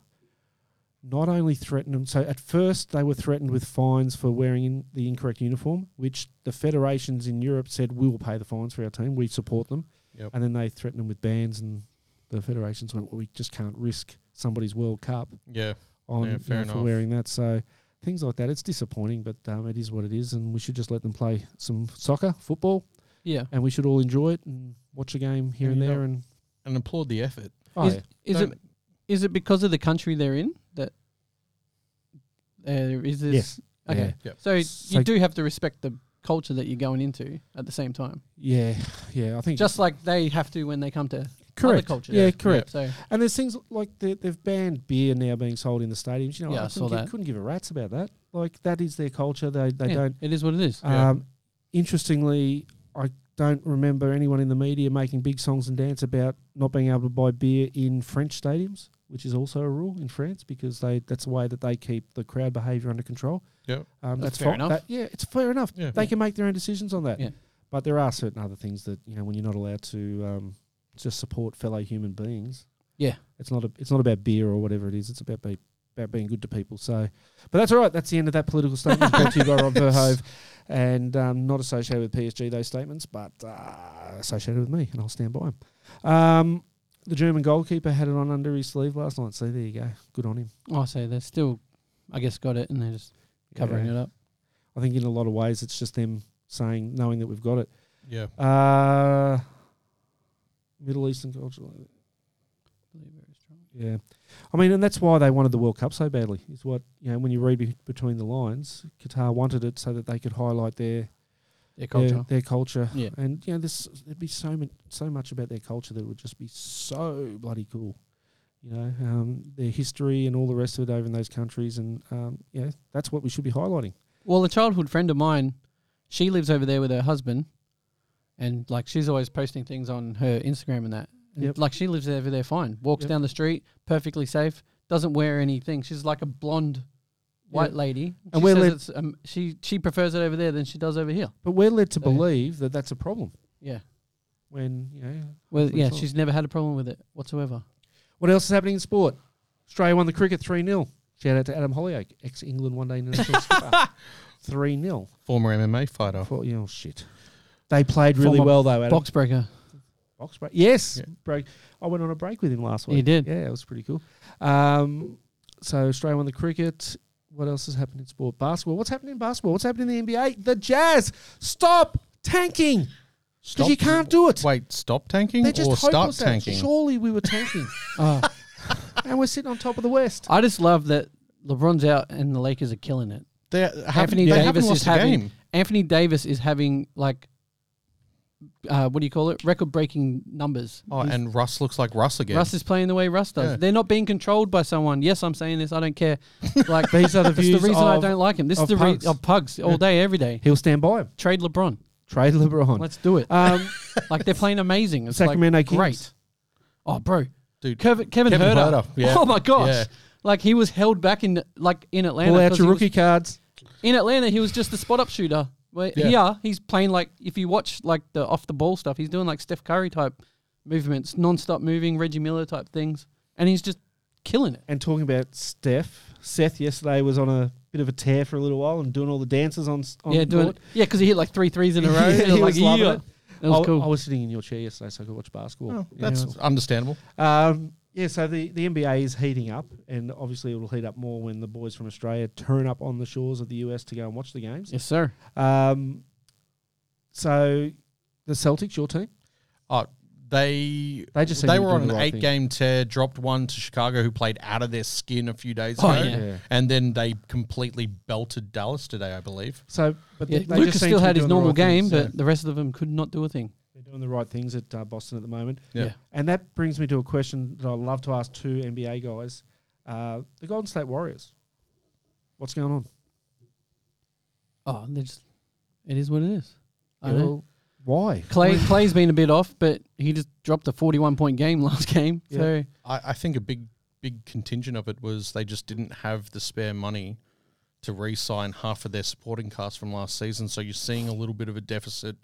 Speaker 3: not only threatened them, so at first they were threatened with fines for wearing in the incorrect uniform, which the federations in Europe said, we will pay the fines for our team, we support them.
Speaker 4: Yep.
Speaker 3: And then they threatened them with bans, and the federations went, well, we just can't risk somebody's World Cup
Speaker 4: Yeah.
Speaker 3: on
Speaker 4: Yeah,
Speaker 3: you
Speaker 4: fair
Speaker 3: know, for
Speaker 4: enough.
Speaker 3: wearing that. So things like that, it's disappointing, but um, it is what it is, and we should just let them play some soccer, football,
Speaker 5: Yeah.
Speaker 3: and we should all enjoy it and watch a game here
Speaker 4: And
Speaker 3: and
Speaker 4: you
Speaker 3: there. And
Speaker 4: And applaud the effort.
Speaker 3: oh,
Speaker 5: is
Speaker 3: yeah.
Speaker 5: is it
Speaker 4: Don't-
Speaker 5: is it because of the country they're in that there is this?
Speaker 3: Yes.
Speaker 5: Okay.
Speaker 3: Yeah.
Speaker 4: Yep.
Speaker 5: So,
Speaker 3: So-
Speaker 5: you do have to respect the culture that you're going into at the same time,
Speaker 3: yeah, yeah, I think
Speaker 5: just like they have to when they come to other
Speaker 3: correct.
Speaker 5: cultures.
Speaker 3: yeah, correct.
Speaker 5: So
Speaker 3: And there's things like they, they've banned beer now being sold in the stadiums. You know,
Speaker 5: Yeah, I
Speaker 3: I,
Speaker 5: saw
Speaker 3: couldn't, gi-
Speaker 5: that.
Speaker 3: couldn't give a rats about that. Like that is their culture. They they
Speaker 5: yeah,
Speaker 3: don't.
Speaker 5: It is what it is.
Speaker 4: Yeah.
Speaker 3: Um, interestingly, I don't remember anyone in the media making big songs and dance about not being able to buy beer in French stadiums, which is also a rule in France because they that's the way that they keep the crowd behaviour under control.
Speaker 4: Yep.
Speaker 3: Um,
Speaker 5: That's
Speaker 3: that's,
Speaker 5: fair
Speaker 3: fi-
Speaker 5: enough.
Speaker 3: that- yeah, it's fair enough.
Speaker 4: Yeah.
Speaker 3: They can make their own decisions on that.
Speaker 5: Yeah.
Speaker 3: But there are certain other things that you know when you're not allowed to um, just support fellow human beings.
Speaker 5: Yeah.
Speaker 3: It's not a, it's not about beer or whatever it is. It's about be, about being good to people. So, but that's all right. That's the end of that political statement brought to you by Rob Verhove, and um, not associated with PSG those statements, but uh, associated with me, and I'll stand by him. Um, the German goalkeeper had it on under his sleeve last night. So there you go. Good on him.
Speaker 5: Oh, so they're still, I guess, got it, and they're just covering
Speaker 3: Yeah.
Speaker 5: it up.
Speaker 3: I think in a lot of ways it's just them saying knowing that we've got it.
Speaker 4: Yeah.
Speaker 3: Uh, Middle Eastern culture. Yeah, I mean, and that's why they wanted the World Cup so badly. Is what you know when you read be- between the lines, Qatar wanted it so that they could highlight their Their,
Speaker 5: Their culture.
Speaker 3: their culture.
Speaker 5: Yeah.
Speaker 3: and you know, this there'd be so much, so much about their culture that would just be so bloody cool. You know, um, their history and all the rest of it over in those countries, and um, yeah, that's what we should be highlighting.
Speaker 5: Well, a childhood friend of mine, she lives over there with her husband, and like she's always posting things on her Instagram and that. And,
Speaker 3: Yep.
Speaker 5: Like she lives over there fine, walks
Speaker 3: Yep.
Speaker 5: down the street perfectly safe, doesn't wear anything. She's like a blonde white
Speaker 3: Yeah.
Speaker 5: lady.
Speaker 3: And
Speaker 5: she
Speaker 3: we're
Speaker 5: says
Speaker 3: led-
Speaker 5: it's, um, she she prefers it over there than she does over here.
Speaker 3: But we're led to
Speaker 5: So-
Speaker 3: believe that that's a problem
Speaker 5: Yeah.
Speaker 3: when you know
Speaker 5: Well,
Speaker 3: Good
Speaker 5: yeah,
Speaker 3: thought.
Speaker 5: she's never had a problem with it whatsoever.
Speaker 3: What else is happening in sport? Australia won the cricket 3 0. Shout out to Adam Hollyoak, ex England one day international skipper. 3 0.
Speaker 4: Former MMA fighter.
Speaker 3: Oh, yeah, oh, shit. They played really
Speaker 5: Former
Speaker 3: well, though, Adam.
Speaker 5: Box breaker.
Speaker 3: Box break. Yes.
Speaker 4: Yeah.
Speaker 3: Break. I went on a break with him last
Speaker 5: You
Speaker 3: week.
Speaker 5: did.
Speaker 3: Yeah, it was pretty cool. Um, so, Australia won the cricket. What else has happened in sport? Basketball. What's happening in basketball? What's happening in the NBA? The Jazz. Stop tanking.
Speaker 4: Stop.
Speaker 3: Because you can't do it.
Speaker 4: Wait, stop tanking
Speaker 3: They're just
Speaker 4: or start
Speaker 3: hopeless at it.
Speaker 4: tanking?
Speaker 3: Surely we were tanking. Ah.
Speaker 5: Oh,
Speaker 3: and we're sitting on top of the West.
Speaker 5: I just love that LeBron's out and the Lakers are killing it.
Speaker 4: They're, haven't,
Speaker 5: Anthony
Speaker 4: they haven't
Speaker 5: Davis
Speaker 4: lost
Speaker 5: is
Speaker 4: a
Speaker 5: having
Speaker 4: game.
Speaker 5: Anthony Davis is having like uh, what do you call it? Record breaking numbers.
Speaker 4: Oh,
Speaker 5: He's-
Speaker 4: and Russ looks like Russ again.
Speaker 5: Russ is playing the way Russ does.
Speaker 4: Yeah.
Speaker 5: They're not being controlled by someone. Yes, I'm saying this. I don't care. Like
Speaker 3: These are the
Speaker 5: that's
Speaker 3: views
Speaker 5: the reason I
Speaker 3: of-
Speaker 5: don't like him. This is
Speaker 3: of
Speaker 5: the
Speaker 3: pugs.
Speaker 5: re- of pugs all day, every day.
Speaker 3: He'll stand by him.
Speaker 5: Trade LeBron.
Speaker 3: Trade LeBron.
Speaker 5: Let's do it.
Speaker 3: Um,
Speaker 5: like they're playing amazing. It's
Speaker 3: Sacramento
Speaker 5: like,
Speaker 3: Kings.
Speaker 5: Great. Oh, bro,
Speaker 4: Dude,
Speaker 5: Kevin, Kevin,
Speaker 4: Kevin
Speaker 5: Herter.
Speaker 4: Huerter, yeah.
Speaker 5: Oh my gosh.
Speaker 4: Yeah.
Speaker 5: Like he was held back in like in Atlanta.
Speaker 3: pull out
Speaker 5: 'cause
Speaker 3: your
Speaker 5: he was-
Speaker 3: rookie cards.
Speaker 5: in Atlanta, he was just a spot up shooter. Where
Speaker 4: Yeah.
Speaker 5: here, he's playing like if you watch like the off the ball stuff, he's doing like Steph Curry type movements, non stop moving, Reggie Miller type things, and he's just killing it.
Speaker 3: And talking about Steph, Seth yesterday was on a bit of a tear for a little while and doing all the dances on. s- on
Speaker 5: yeah, doing
Speaker 3: court.
Speaker 5: yeah, because he hit like three threes in a row.
Speaker 3: Yeah,
Speaker 5: It was
Speaker 3: he
Speaker 5: like,
Speaker 3: was loving
Speaker 5: yeah.
Speaker 3: it.
Speaker 5: That was
Speaker 3: I,
Speaker 5: cool.
Speaker 3: I was sitting in your chair yesterday, so I could watch basketball.
Speaker 4: Oh,
Speaker 3: Yeah,
Speaker 4: that's
Speaker 3: it's-
Speaker 4: understandable.
Speaker 3: um, yeah. So the, the NBA is heating up, and obviously it will heat up more when the boys from Australia turn up on the shores of the US to go and watch the games.
Speaker 5: yes, sir.
Speaker 3: Um, so the Celtics, your team,
Speaker 4: Oh, they
Speaker 3: They just seem
Speaker 4: they
Speaker 3: to be
Speaker 4: were on
Speaker 3: doing
Speaker 4: an
Speaker 3: the right
Speaker 4: eight
Speaker 3: thing.
Speaker 4: game tear, dropped one to Chicago, who played out of their skin a few days
Speaker 5: Oh,
Speaker 4: ago,
Speaker 5: yeah.
Speaker 3: Yeah.
Speaker 4: and then they completely belted Dallas today, I believe.
Speaker 3: So, but
Speaker 5: Yeah,
Speaker 3: they- they
Speaker 5: Lucas
Speaker 3: just seem
Speaker 5: still
Speaker 3: to be
Speaker 5: had his
Speaker 3: doing the
Speaker 5: normal
Speaker 3: right
Speaker 5: game,
Speaker 3: things.
Speaker 5: but the rest of them could not do a thing.
Speaker 3: They're doing the right things at uh, Boston at the moment.
Speaker 4: Yeah.
Speaker 5: Yeah.
Speaker 3: And that brings me to a question that I love to ask two NBA guys uh, the Golden State Warriors. What's going on?
Speaker 5: Oh, they just it is what it is. I
Speaker 3: Yeah,
Speaker 5: know.
Speaker 3: well, Why?
Speaker 5: Clay Clay's been a bit off, but he just dropped a forty-one point game last game.
Speaker 3: Yeah.
Speaker 5: So
Speaker 4: I, I think a big big contingent of it was they just didn't have the spare money to re-sign half of their supporting cast from last season, so you're seeing a little bit of a deficit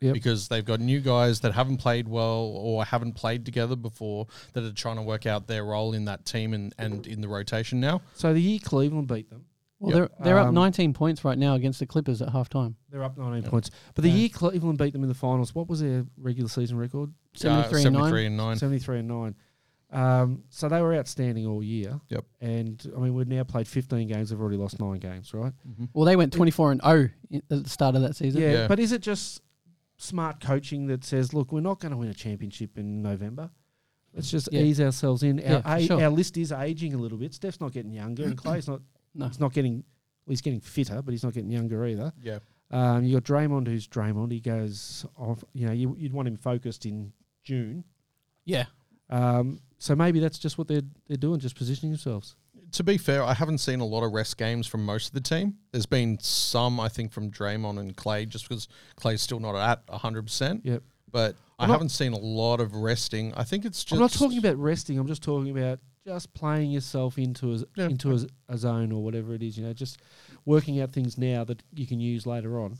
Speaker 3: Yep.
Speaker 4: because they've got new guys that haven't played well or haven't played together before that are trying to work out their role in that team and, and in the rotation now.
Speaker 3: So the year Cleveland beat them,
Speaker 5: Well, they're they're up 19 points right now against the Clippers at halftime.
Speaker 3: they're up 19 points. But the year Cleveland beat them in the finals, what was their regular season record?
Speaker 4: Uh,
Speaker 5: 73 and 9.
Speaker 4: and 9.
Speaker 3: 73 and 9. Um, so they were outstanding all year.
Speaker 4: Yep.
Speaker 3: And I mean, we've now played 15 games. They've already lost nine games, right?
Speaker 4: Mm-hmm.
Speaker 5: Well, they went 24 and 0 at the start of that season.
Speaker 3: Yeah,
Speaker 4: Yeah.
Speaker 3: but is it just smart coaching that says, look, we're not going to win a championship in November? Let's just
Speaker 5: Yeah.
Speaker 3: ease ourselves in. Our,
Speaker 5: Yeah, for
Speaker 3: a-
Speaker 5: sure.
Speaker 3: our list is aging a little bit. Steph's not getting younger, and Clay's not.
Speaker 5: No.
Speaker 3: He's not getting. Well, he's getting fitter, but he's not getting younger either.
Speaker 4: Yeah.
Speaker 3: Um, you got Draymond, who's Draymond. He goes off. You know, you, you'd want him focused in June.
Speaker 5: Yeah.
Speaker 3: Um, so maybe that's just what they're they're doing, just positioning themselves.
Speaker 4: To be fair, I haven't seen a lot of rest games from most of the team. There's been some, I think, from Draymond and Clay, just because Clay's still not at 100%.
Speaker 3: Yep.
Speaker 4: But I'm I
Speaker 3: I'm not-
Speaker 4: have not seen a lot of resting. I think it's just.
Speaker 3: I'm not talking about resting. I'm just talking about just playing yourself into a
Speaker 4: Yeah.
Speaker 3: into a, a zone or whatever it is. You know, just working out things now that you can use later on.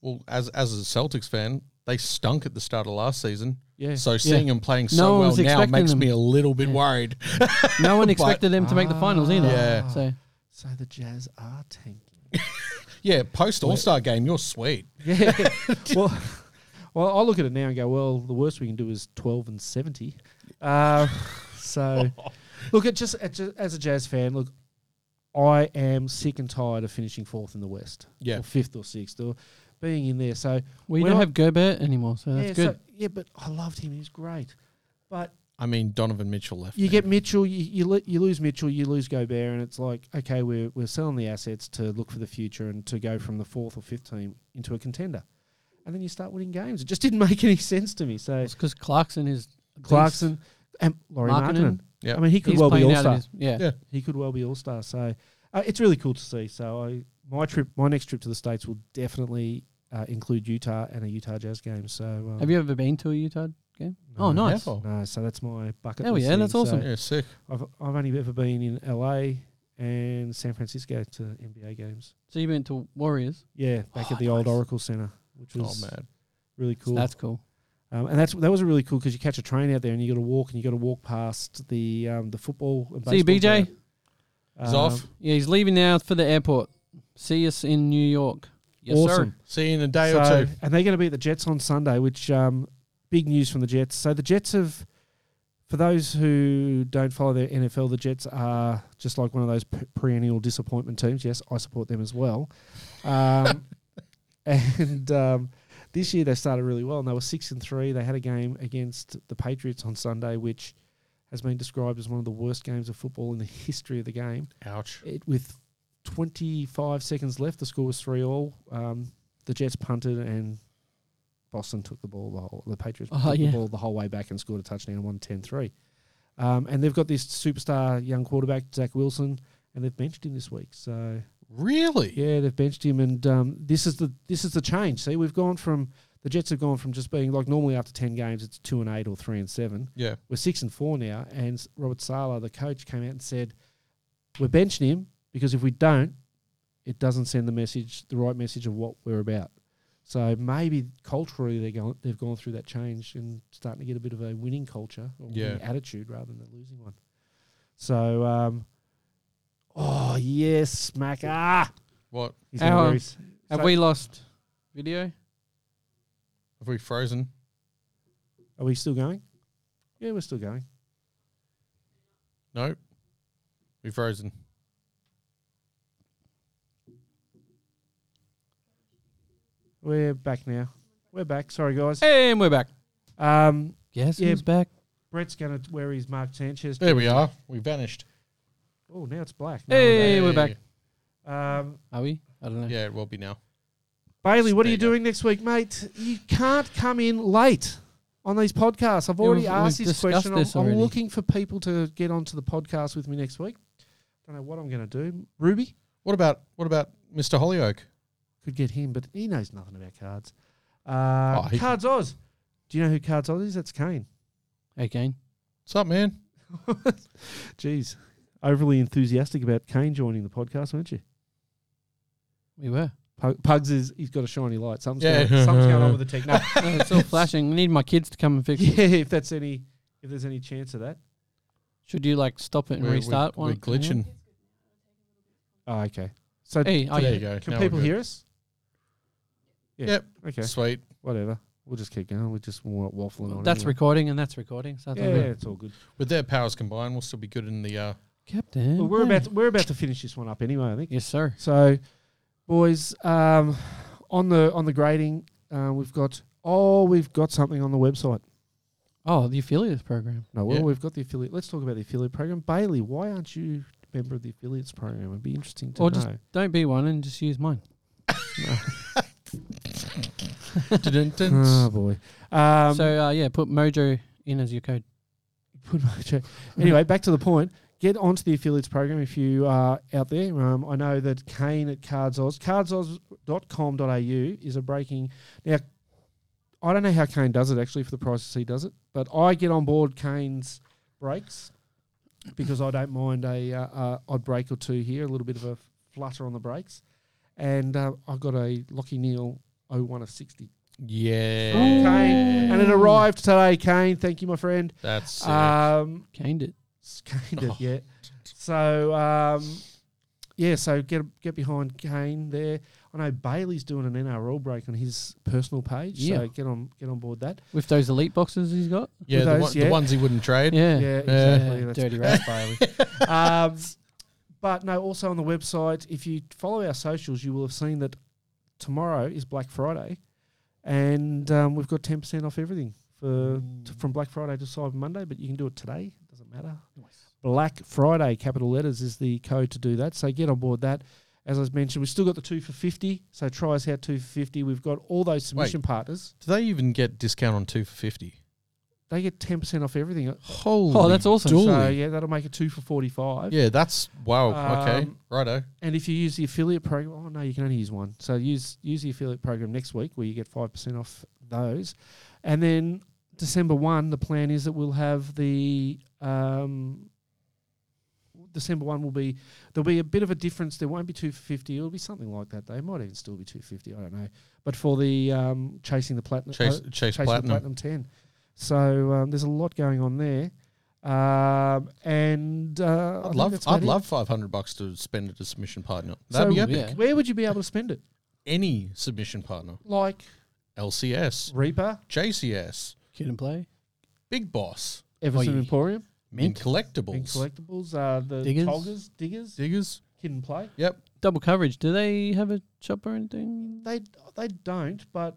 Speaker 4: Well, as as a Celtics fan, they stunk at the start of last season.
Speaker 3: Yeah.
Speaker 4: So seeing them playing so
Speaker 5: No one
Speaker 4: well
Speaker 5: was
Speaker 4: now
Speaker 5: expecting
Speaker 4: makes
Speaker 5: them.
Speaker 4: me a little bit worried.
Speaker 5: No one
Speaker 4: But-
Speaker 5: expected them to make
Speaker 3: ah.
Speaker 5: the finals either.
Speaker 4: Yeah.
Speaker 5: So
Speaker 3: So the Jazz are tanking.
Speaker 4: yeah, post All Star game, you're sweet.
Speaker 3: Yeah. well, well, I look at it now and go, well, the worst we can do is 12 and 70. Uh, so, look, it just, it just as a Jazz fan, look, I am sick and tired of finishing fourth in the West.
Speaker 4: Yeah.
Speaker 3: Or fifth or sixth or being in there. So,
Speaker 5: we
Speaker 3: when
Speaker 5: don't
Speaker 3: I-
Speaker 5: have Gobert anymore, so that's
Speaker 3: yeah,
Speaker 5: good.
Speaker 3: So, yeah, but I loved him. He was great. But
Speaker 4: I mean, Donovan Mitchell left.
Speaker 3: you
Speaker 4: now.
Speaker 3: get Mitchell, you you, lo- you lose Mitchell, you lose Gobert, and it's like okay, we're we're selling the assets to look for the future and to go from the fourth or fifth team into a contender, and then you start winning games. It just didn't make any sense to me. So
Speaker 5: it's because Clarkson is a beast.
Speaker 3: Clarkson and Laurie
Speaker 5: Markkinen.
Speaker 3: Markkinen.
Speaker 4: Yeah.
Speaker 3: I mean he could
Speaker 5: He's
Speaker 3: well be
Speaker 5: playing
Speaker 3: all
Speaker 5: out of
Speaker 3: star.
Speaker 5: his, yeah.
Speaker 4: Yeah.
Speaker 3: He could well be all star. So uh, it's really cool to see. So I my trip, my next trip to the states will definitely uh, include Utah and a Utah Jazz game. So um,
Speaker 5: Have you ever been to a Utah game? Oh,
Speaker 3: no.
Speaker 5: nice.
Speaker 4: Never.
Speaker 3: No, so that's my bucket.
Speaker 5: Hell
Speaker 3: list
Speaker 5: yeah,
Speaker 3: thing.
Speaker 5: that's
Speaker 3: So
Speaker 5: awesome.
Speaker 4: yeah, sick.
Speaker 3: I've I've only ever been in LA and San Francisco to NBA games.
Speaker 5: So you went to Warriors.
Speaker 3: Yeah, back
Speaker 5: Oh,
Speaker 3: at the old
Speaker 5: nice.
Speaker 3: Oracle Center, which
Speaker 4: Oh
Speaker 3: was
Speaker 4: man,
Speaker 3: really cool.
Speaker 5: That's cool.
Speaker 3: um, and that's that was really cool because you catch a train out there and you got to walk and you got to walk past the um, the football. And
Speaker 5: See you,
Speaker 3: baseball
Speaker 5: BJ.
Speaker 3: ground.
Speaker 4: he's
Speaker 3: Um,
Speaker 4: off.
Speaker 5: Yeah, he's leaving now for the airport. See us in New York.
Speaker 4: Yes,
Speaker 3: awesome.
Speaker 4: sir. See you in a day
Speaker 3: So-
Speaker 4: or two.
Speaker 3: And they're going to be at the Jets on Sunday, which um, big news from the Jets. So the Jets have, for those who don't follow their NFL, the Jets are just like one of those p- perennial disappointment teams. Yes, I support them as well. Um, and um, this year they started really well, and they were six and three. They had a game against the Patriots on Sunday, which has been described as one of the worst games of football in the history of the game
Speaker 4: Ouch.
Speaker 3: it with 25 seconds left. The score was three all. Um, the Jets punted and Boston took the ball the whole. The Patriots
Speaker 5: Oh,
Speaker 3: took
Speaker 5: yeah.
Speaker 3: the ball the whole way back and scored a touchdown and won 10-3. Um, and they've got this superstar young quarterback Zach Wilson, and they've benched him this week. So
Speaker 4: Really?
Speaker 3: yeah, they've benched him, and um, this is the this is the change. See, we've gone from the Jets have gone from just being like normally after 10 games it's two and eight or three and seven
Speaker 4: Yeah.
Speaker 3: we're six and four now, and s- Robert Sala, the coach, came out and said, "We're benching him because if we don't, it doesn't send the message, the right message of what we're about." So maybe culturally they go, they've gone through that change and starting to get a bit of a winning culture, or winning
Speaker 4: Yeah.
Speaker 3: attitude rather than a losing one. So, um, oh yes, Maca.
Speaker 4: What
Speaker 3: He's gonna
Speaker 5: Our-
Speaker 3: wear his-
Speaker 5: Have
Speaker 3: So-
Speaker 5: we lost video?
Speaker 4: have we frozen?
Speaker 3: Are we still going? Yeah, we're still going.
Speaker 4: Nope. We frozen.
Speaker 3: We're back now. We're back. Sorry, guys.
Speaker 5: And we're back.
Speaker 3: Um,
Speaker 5: Yes,
Speaker 3: Yeah.
Speaker 5: he's back.
Speaker 3: Brett's going to wear his Mark Sanchez.
Speaker 4: There we are. We vanished.
Speaker 3: Oh, now it's black. No,
Speaker 5: Hey, we're back.
Speaker 3: Um,
Speaker 5: Are we? I don't know.
Speaker 4: Yeah, it will be now.
Speaker 3: Bailey, what are
Speaker 4: There
Speaker 3: you
Speaker 4: you go.
Speaker 3: doing next week, mate? You can't come in late on these podcasts. I've already
Speaker 5: we've-
Speaker 3: asked
Speaker 5: we've
Speaker 3: this question.
Speaker 5: discussed
Speaker 3: I'm,
Speaker 5: this
Speaker 3: I'm
Speaker 5: already.
Speaker 3: looking for people to get onto the podcast with me next week. Don't know what I'm going to do. Ruby
Speaker 4: What about what about Mr. Hollyoak?
Speaker 3: could get him, but he knows nothing about cards. Uh,
Speaker 4: Oh, he-
Speaker 3: cards Oz. Do you know who Cards Oz is? That's Kane.
Speaker 5: Okay.
Speaker 4: What's up, man?
Speaker 3: Jeez, overly enthusiastic about Kane joining the podcast, weren't you?
Speaker 5: We were.
Speaker 3: Pug- Pugs is he's got a shiny light. Something's,
Speaker 4: Yeah.
Speaker 3: going, something's going on with the tech. No,
Speaker 5: No, it's all flashing. I need my kids to come and fix it.
Speaker 3: yeah, if that's any, if there's any chance of that.
Speaker 5: Should you like stop it and
Speaker 4: We're- we're-
Speaker 5: restart?
Speaker 4: We're,
Speaker 5: one?
Speaker 4: glitching.
Speaker 3: Oh, okay. So
Speaker 5: Hey, oh
Speaker 4: there
Speaker 5: yeah.
Speaker 4: you go.
Speaker 3: can
Speaker 4: Now we're
Speaker 3: people
Speaker 4: good.
Speaker 3: hear us? Yeah.
Speaker 4: Yep.
Speaker 3: Okay.
Speaker 4: Sweet.
Speaker 3: Whatever. We'll just keep going. We're just wa- waffling on.
Speaker 5: That's
Speaker 3: anyway.
Speaker 5: recording and that's recording. So that's all
Speaker 3: yeah,
Speaker 5: good.
Speaker 3: it's all good.
Speaker 4: With their powers combined, we'll still be good in the. Uh,
Speaker 5: Captain.
Speaker 3: Well, we're
Speaker 5: Planet.
Speaker 3: about to, we're about to finish this one up anyway. I think.
Speaker 5: Yes, sir.
Speaker 3: So, boys, um, on the on the grading, uh, we've got oh, we've got something on the website.
Speaker 5: Oh, the affiliates program.
Speaker 3: No, well,
Speaker 4: Yeah.
Speaker 3: we've got the affiliate. Let's talk about the affiliate program. Bailey, why aren't you a member of the affiliates program? It'd be interesting to
Speaker 5: Or
Speaker 3: know.
Speaker 5: just- Don't be one and just use mine.
Speaker 3: oh boy. Um,
Speaker 5: so uh, yeah, put Mojo in as your code.
Speaker 3: Put my check. Anyway, back to the point. Get onto the affiliates program if you are out there. Um, I know that Kane at Cards Oz, cardsoz.com.au is a breaking. Now, I don't know how Kane does it actually for the prices he does it, but I get on board Kane's breaks because I don't mind a uh, uh, odd break or two here, a little bit of a flutter on the breaks. And uh, I've got a Lockie Neal 01 of 60.
Speaker 4: yeah.
Speaker 3: Kane, and it arrived today, Kane. Thank you, my friend.
Speaker 4: That's it.
Speaker 3: Um,
Speaker 5: Caned it.
Speaker 3: it's kind of yeah. So um, yeah, so get get behind Kane there. I know Bailey's doing an NRL break on his personal page,
Speaker 5: Yeah.
Speaker 3: so get on get on board that.
Speaker 5: With those elite boxes he's got.
Speaker 4: yeah, the,
Speaker 3: those,
Speaker 4: one,
Speaker 3: yeah.
Speaker 4: the ones he wouldn't trade.
Speaker 5: Yeah.
Speaker 3: Yeah,
Speaker 5: Yeah,
Speaker 3: exactly. That's
Speaker 5: dirty rat.
Speaker 3: Bailey. um, but no, also on the website, if you follow our socials, you will have seen that tomorrow is Black Friday, and um, we've got ten percent off everything for t- from Black Friday to Cyber Monday. But you can do it today; it doesn't matter. Black Friday, capital letters, is the code to do that. So get on board that. As I mentioned, we've still got the two for fifty. So try us out two for fifty. We've got all those submission partners.
Speaker 4: Do they even get discount on two for fifty?
Speaker 3: They get ten percent off everything.
Speaker 4: Holy.
Speaker 5: Oh, that's awesome.
Speaker 4: dooly.
Speaker 3: So yeah, that'll make it two for forty-five.
Speaker 4: yeah, that's wow. okay,
Speaker 3: Um,
Speaker 4: righto.
Speaker 3: And if you use the affiliate program, oh no, you can only use one. So use use the affiliate program next week where you get five percent off those. And then December one, the plan is that we'll have the um, December one will be there'll be a bit of a difference. There won't be two for fifty. It'll be something like that. They might even still be two fifty. I don't know. But for the um, chasing the platinum,
Speaker 4: Chase,
Speaker 3: uh,
Speaker 4: Chase
Speaker 3: chasing
Speaker 4: Platinum.
Speaker 3: the platinum ten. So um, there's a lot going on there. Um, and uh, I
Speaker 4: I'd
Speaker 3: think
Speaker 4: love,
Speaker 3: that's about
Speaker 4: I'd
Speaker 3: it.
Speaker 4: love five hundred bucks to spend at a submission partner. That'd
Speaker 3: So-
Speaker 4: be epic.
Speaker 5: Yeah.
Speaker 3: Where would you be able to spend it?
Speaker 4: Any submission partner,
Speaker 3: Like
Speaker 4: LCS,
Speaker 3: Reaper,
Speaker 4: JCS,
Speaker 5: Kid and play.
Speaker 4: Big Boss,
Speaker 3: Everson
Speaker 5: Oi.
Speaker 3: Emporium,
Speaker 4: Mint
Speaker 3: Big
Speaker 4: Collectibles,
Speaker 3: Collectibles, uh, the
Speaker 5: Diggers.
Speaker 3: Tolgers, Diggers,
Speaker 4: Diggers.
Speaker 3: Kid and Play.
Speaker 4: Yep.
Speaker 5: Double coverage. Do they have a shop or anything?
Speaker 3: They they don't, but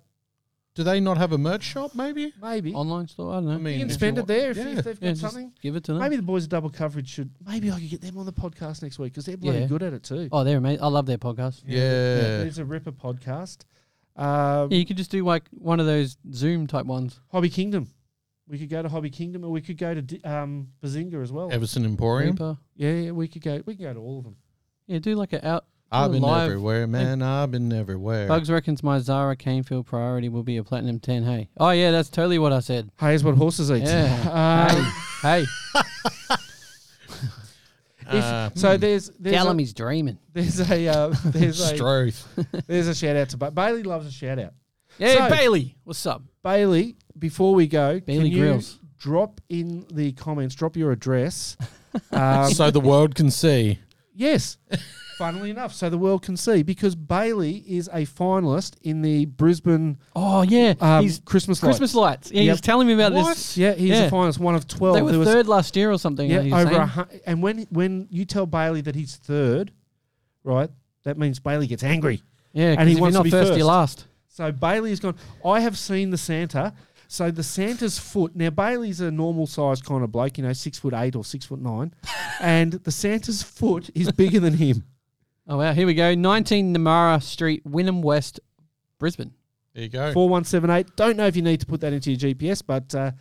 Speaker 4: Do they not have a merch shop? Maybe.
Speaker 3: maybe
Speaker 5: Online store. I don't know.
Speaker 4: I mean,
Speaker 3: you can
Speaker 4: if
Speaker 3: spend
Speaker 4: you
Speaker 3: it there if,
Speaker 4: want-
Speaker 3: if
Speaker 4: yeah.
Speaker 3: they've
Speaker 5: yeah,
Speaker 3: got
Speaker 5: just
Speaker 3: something.
Speaker 5: give it to them.
Speaker 3: Maybe the boys at Double Coverage should. Maybe I could get them on the podcast next week because they're bloody
Speaker 5: Yeah.
Speaker 3: good at it too.
Speaker 5: Oh, they're amazing. I love their podcast.
Speaker 4: Yeah.
Speaker 3: There's a Ripper podcast. Um,
Speaker 5: Yeah, you could just do like one of those Zoom type ones.
Speaker 3: Hobby Kingdom. We could go to Hobby Kingdom, or we could go to D- um, Bazinga as well.
Speaker 4: Everson Emporium.
Speaker 5: Reaper.
Speaker 3: Yeah, yeah, we could go. We can go to all of them.
Speaker 5: Yeah, do like an out.
Speaker 4: I've been
Speaker 5: Live.
Speaker 4: everywhere, man. I've been everywhere.
Speaker 5: Bugs reckons my Zara Canefield priority will be a platinum 10. Hey. Oh, yeah, that's totally what I said.
Speaker 3: Hey, is what horses eat.
Speaker 5: Yeah.
Speaker 3: Um,
Speaker 5: Hey,
Speaker 3: if-
Speaker 4: Uh,
Speaker 3: so
Speaker 5: Um,
Speaker 4: hmm.
Speaker 3: there's there's
Speaker 5: tell
Speaker 3: a-
Speaker 5: him he's dreaming.
Speaker 3: There's a uh, there's a
Speaker 4: Stroth.
Speaker 3: there's a shout out to ba- Bailey loves a shout out.
Speaker 5: Yeah,
Speaker 3: So-
Speaker 5: Bailey. What's up?
Speaker 3: Bailey, before we go,
Speaker 5: Bailey
Speaker 3: can you
Speaker 5: Grills.
Speaker 3: drop in the comments, drop your address. Um,
Speaker 4: so the world can see.
Speaker 3: yes, funnily enough, so the world can see because Bailey is a finalist in the Brisbane
Speaker 5: Oh, yeah.
Speaker 3: um,
Speaker 5: he's
Speaker 3: Christmas lights.
Speaker 5: Christmas lights. Yeah, he
Speaker 3: Yep.
Speaker 5: was telling me about this.
Speaker 3: Yeah, he's
Speaker 5: Yeah.
Speaker 3: a finalist, one of twelve.
Speaker 5: They were
Speaker 3: There was-
Speaker 5: third last year or something.
Speaker 3: yeah,
Speaker 5: he was
Speaker 3: over a
Speaker 5: saying.
Speaker 3: hun- and when when you tell Bailey that he's third, right? That means Bailey gets angry.
Speaker 5: Yeah,
Speaker 3: and he
Speaker 5: because if you're
Speaker 3: wants to
Speaker 5: not
Speaker 3: be
Speaker 5: first, you're
Speaker 3: first.
Speaker 5: last.
Speaker 3: So Bailey's gone. I have seen the Santa. So the Santa's foot. Now Bailey's a normal sized kind of bloke, you know, six foot eight or six foot nine, and the Santa's foot is bigger than him.
Speaker 5: Oh, wow. Here we go. 19 Namara Street, Wynnum West, Brisbane.
Speaker 4: There you go.
Speaker 3: Four one seven eight. Don't know if you need to put that into your GPS, but uh,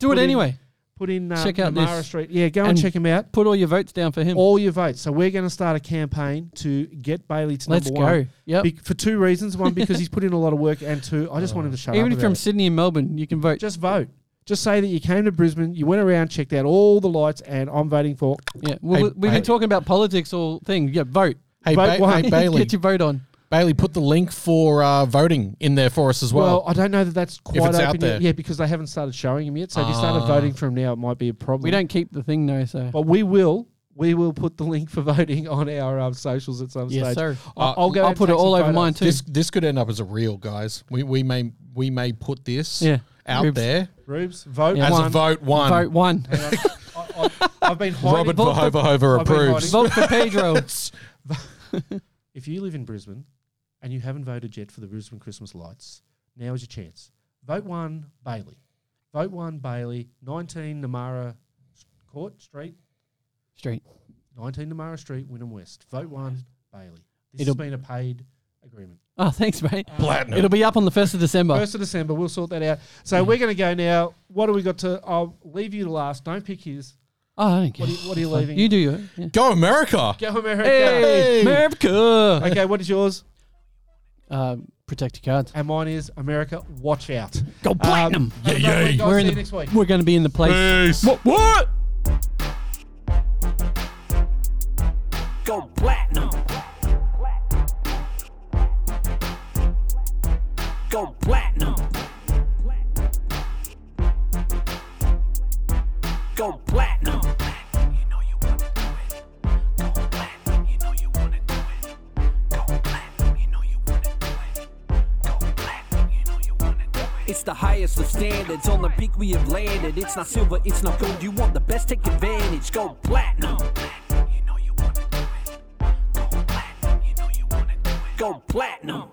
Speaker 5: Do
Speaker 3: Put
Speaker 5: it
Speaker 3: in-
Speaker 5: anyway.
Speaker 3: put in uh,
Speaker 5: Check out
Speaker 3: Namara
Speaker 5: this.
Speaker 3: Street. Yeah, go and,
Speaker 5: And-
Speaker 3: check him out.
Speaker 5: Put all your votes down for him.
Speaker 3: All your votes. So we're going to start a campaign to get Bailey to
Speaker 5: Let's
Speaker 3: number one.
Speaker 5: go. Yep. Oh.
Speaker 3: Be- for two reasons: one, because he's put in a lot of work, and two, I just want him to shut up.
Speaker 5: Even if
Speaker 3: about
Speaker 5: you're from
Speaker 3: it.
Speaker 5: Sydney and Melbourne, you can vote.
Speaker 3: just vote. Just say that you came to Brisbane, you went around, checked out all the lights, and I'm voting for
Speaker 5: Yeah. Well,
Speaker 4: Hey,
Speaker 5: we- we've
Speaker 4: hey.
Speaker 5: been talking about politics all thing. Yeah, vote.
Speaker 4: Hey,
Speaker 3: Vote
Speaker 4: ba-
Speaker 3: one.
Speaker 4: hey Bailey,
Speaker 5: Get your vote on.
Speaker 4: Bailey, put the link for uh, voting in there for us as
Speaker 3: Well,
Speaker 4: well.
Speaker 3: I don't know that that's quite
Speaker 4: it's out
Speaker 3: open
Speaker 4: there. Ah.
Speaker 3: yet. Yeah, because they haven't started showing them yet. So if you started voting from now, it might be a problem.
Speaker 5: We don't keep the thing though, so
Speaker 3: But we will. We will put the link for voting on our um, socials at some
Speaker 5: Yes,
Speaker 3: stage. Uh,
Speaker 5: sir.
Speaker 4: Uh,
Speaker 3: I'll, I'll go.
Speaker 5: I'll
Speaker 3: and
Speaker 5: put
Speaker 3: take
Speaker 5: it
Speaker 3: some
Speaker 5: all over
Speaker 3: photos.
Speaker 5: mine too.
Speaker 4: this this could end up as a reel, guys. We we may we may put this
Speaker 5: Yeah.
Speaker 4: out
Speaker 5: Ribs.
Speaker 4: there
Speaker 3: Rubes, vote
Speaker 5: Yeah.
Speaker 4: as a
Speaker 3: one.
Speaker 4: vote one.
Speaker 5: Vote one.
Speaker 3: I, I, I've been hiding.
Speaker 4: Robert Verhoeven
Speaker 3: I've been hiding.
Speaker 4: approves.
Speaker 5: Vote for Pedro.
Speaker 3: If you live in Brisbane and you haven't voted yet for the Brisbane Christmas lights, now is your chance. Vote one, Bailey. Vote one, Bailey. 19 Namara Court Street.
Speaker 5: Street.
Speaker 3: 19 Namara Street, Wynnum West. Vote one, Bailey. This
Speaker 5: It'll-
Speaker 3: has been a paid agreement.
Speaker 5: Oh, thanks, mate.
Speaker 4: Platinum.
Speaker 5: It'll be up on the first of December.
Speaker 3: First of December, we'll sort that out. So we're going to go now. What do we got to? I'll leave you to last. Don't pick his.
Speaker 5: Oh, I don't care.
Speaker 3: What are you, what are you leaving?
Speaker 5: You do it. Yeah.
Speaker 4: Go America.
Speaker 3: Go America.
Speaker 5: Hey, America.
Speaker 3: Okay, what is yours?
Speaker 5: Uh, protect your cards.
Speaker 3: And mine is America. Watch out.
Speaker 5: Go platinum.
Speaker 3: Yeah, yeah. We'll
Speaker 5: We're in
Speaker 3: see you
Speaker 5: the-
Speaker 3: next week.
Speaker 5: We're going to be in the place.
Speaker 4: Peace.
Speaker 5: What?
Speaker 2: Go platinum. Go platinum. Go platinum. You know you wanna do it. Go platinum. You know you wanna do it. Go platinum. You know you wanna do it. Go platinum. You know you wanna do it. It's the highest of standards. On the peak we have landed. It's not silver. It's not gold. You want the best? Take advantage. Go platinum. You know you wanna do it. Go platinum. You know you wanna do it. Go platinum.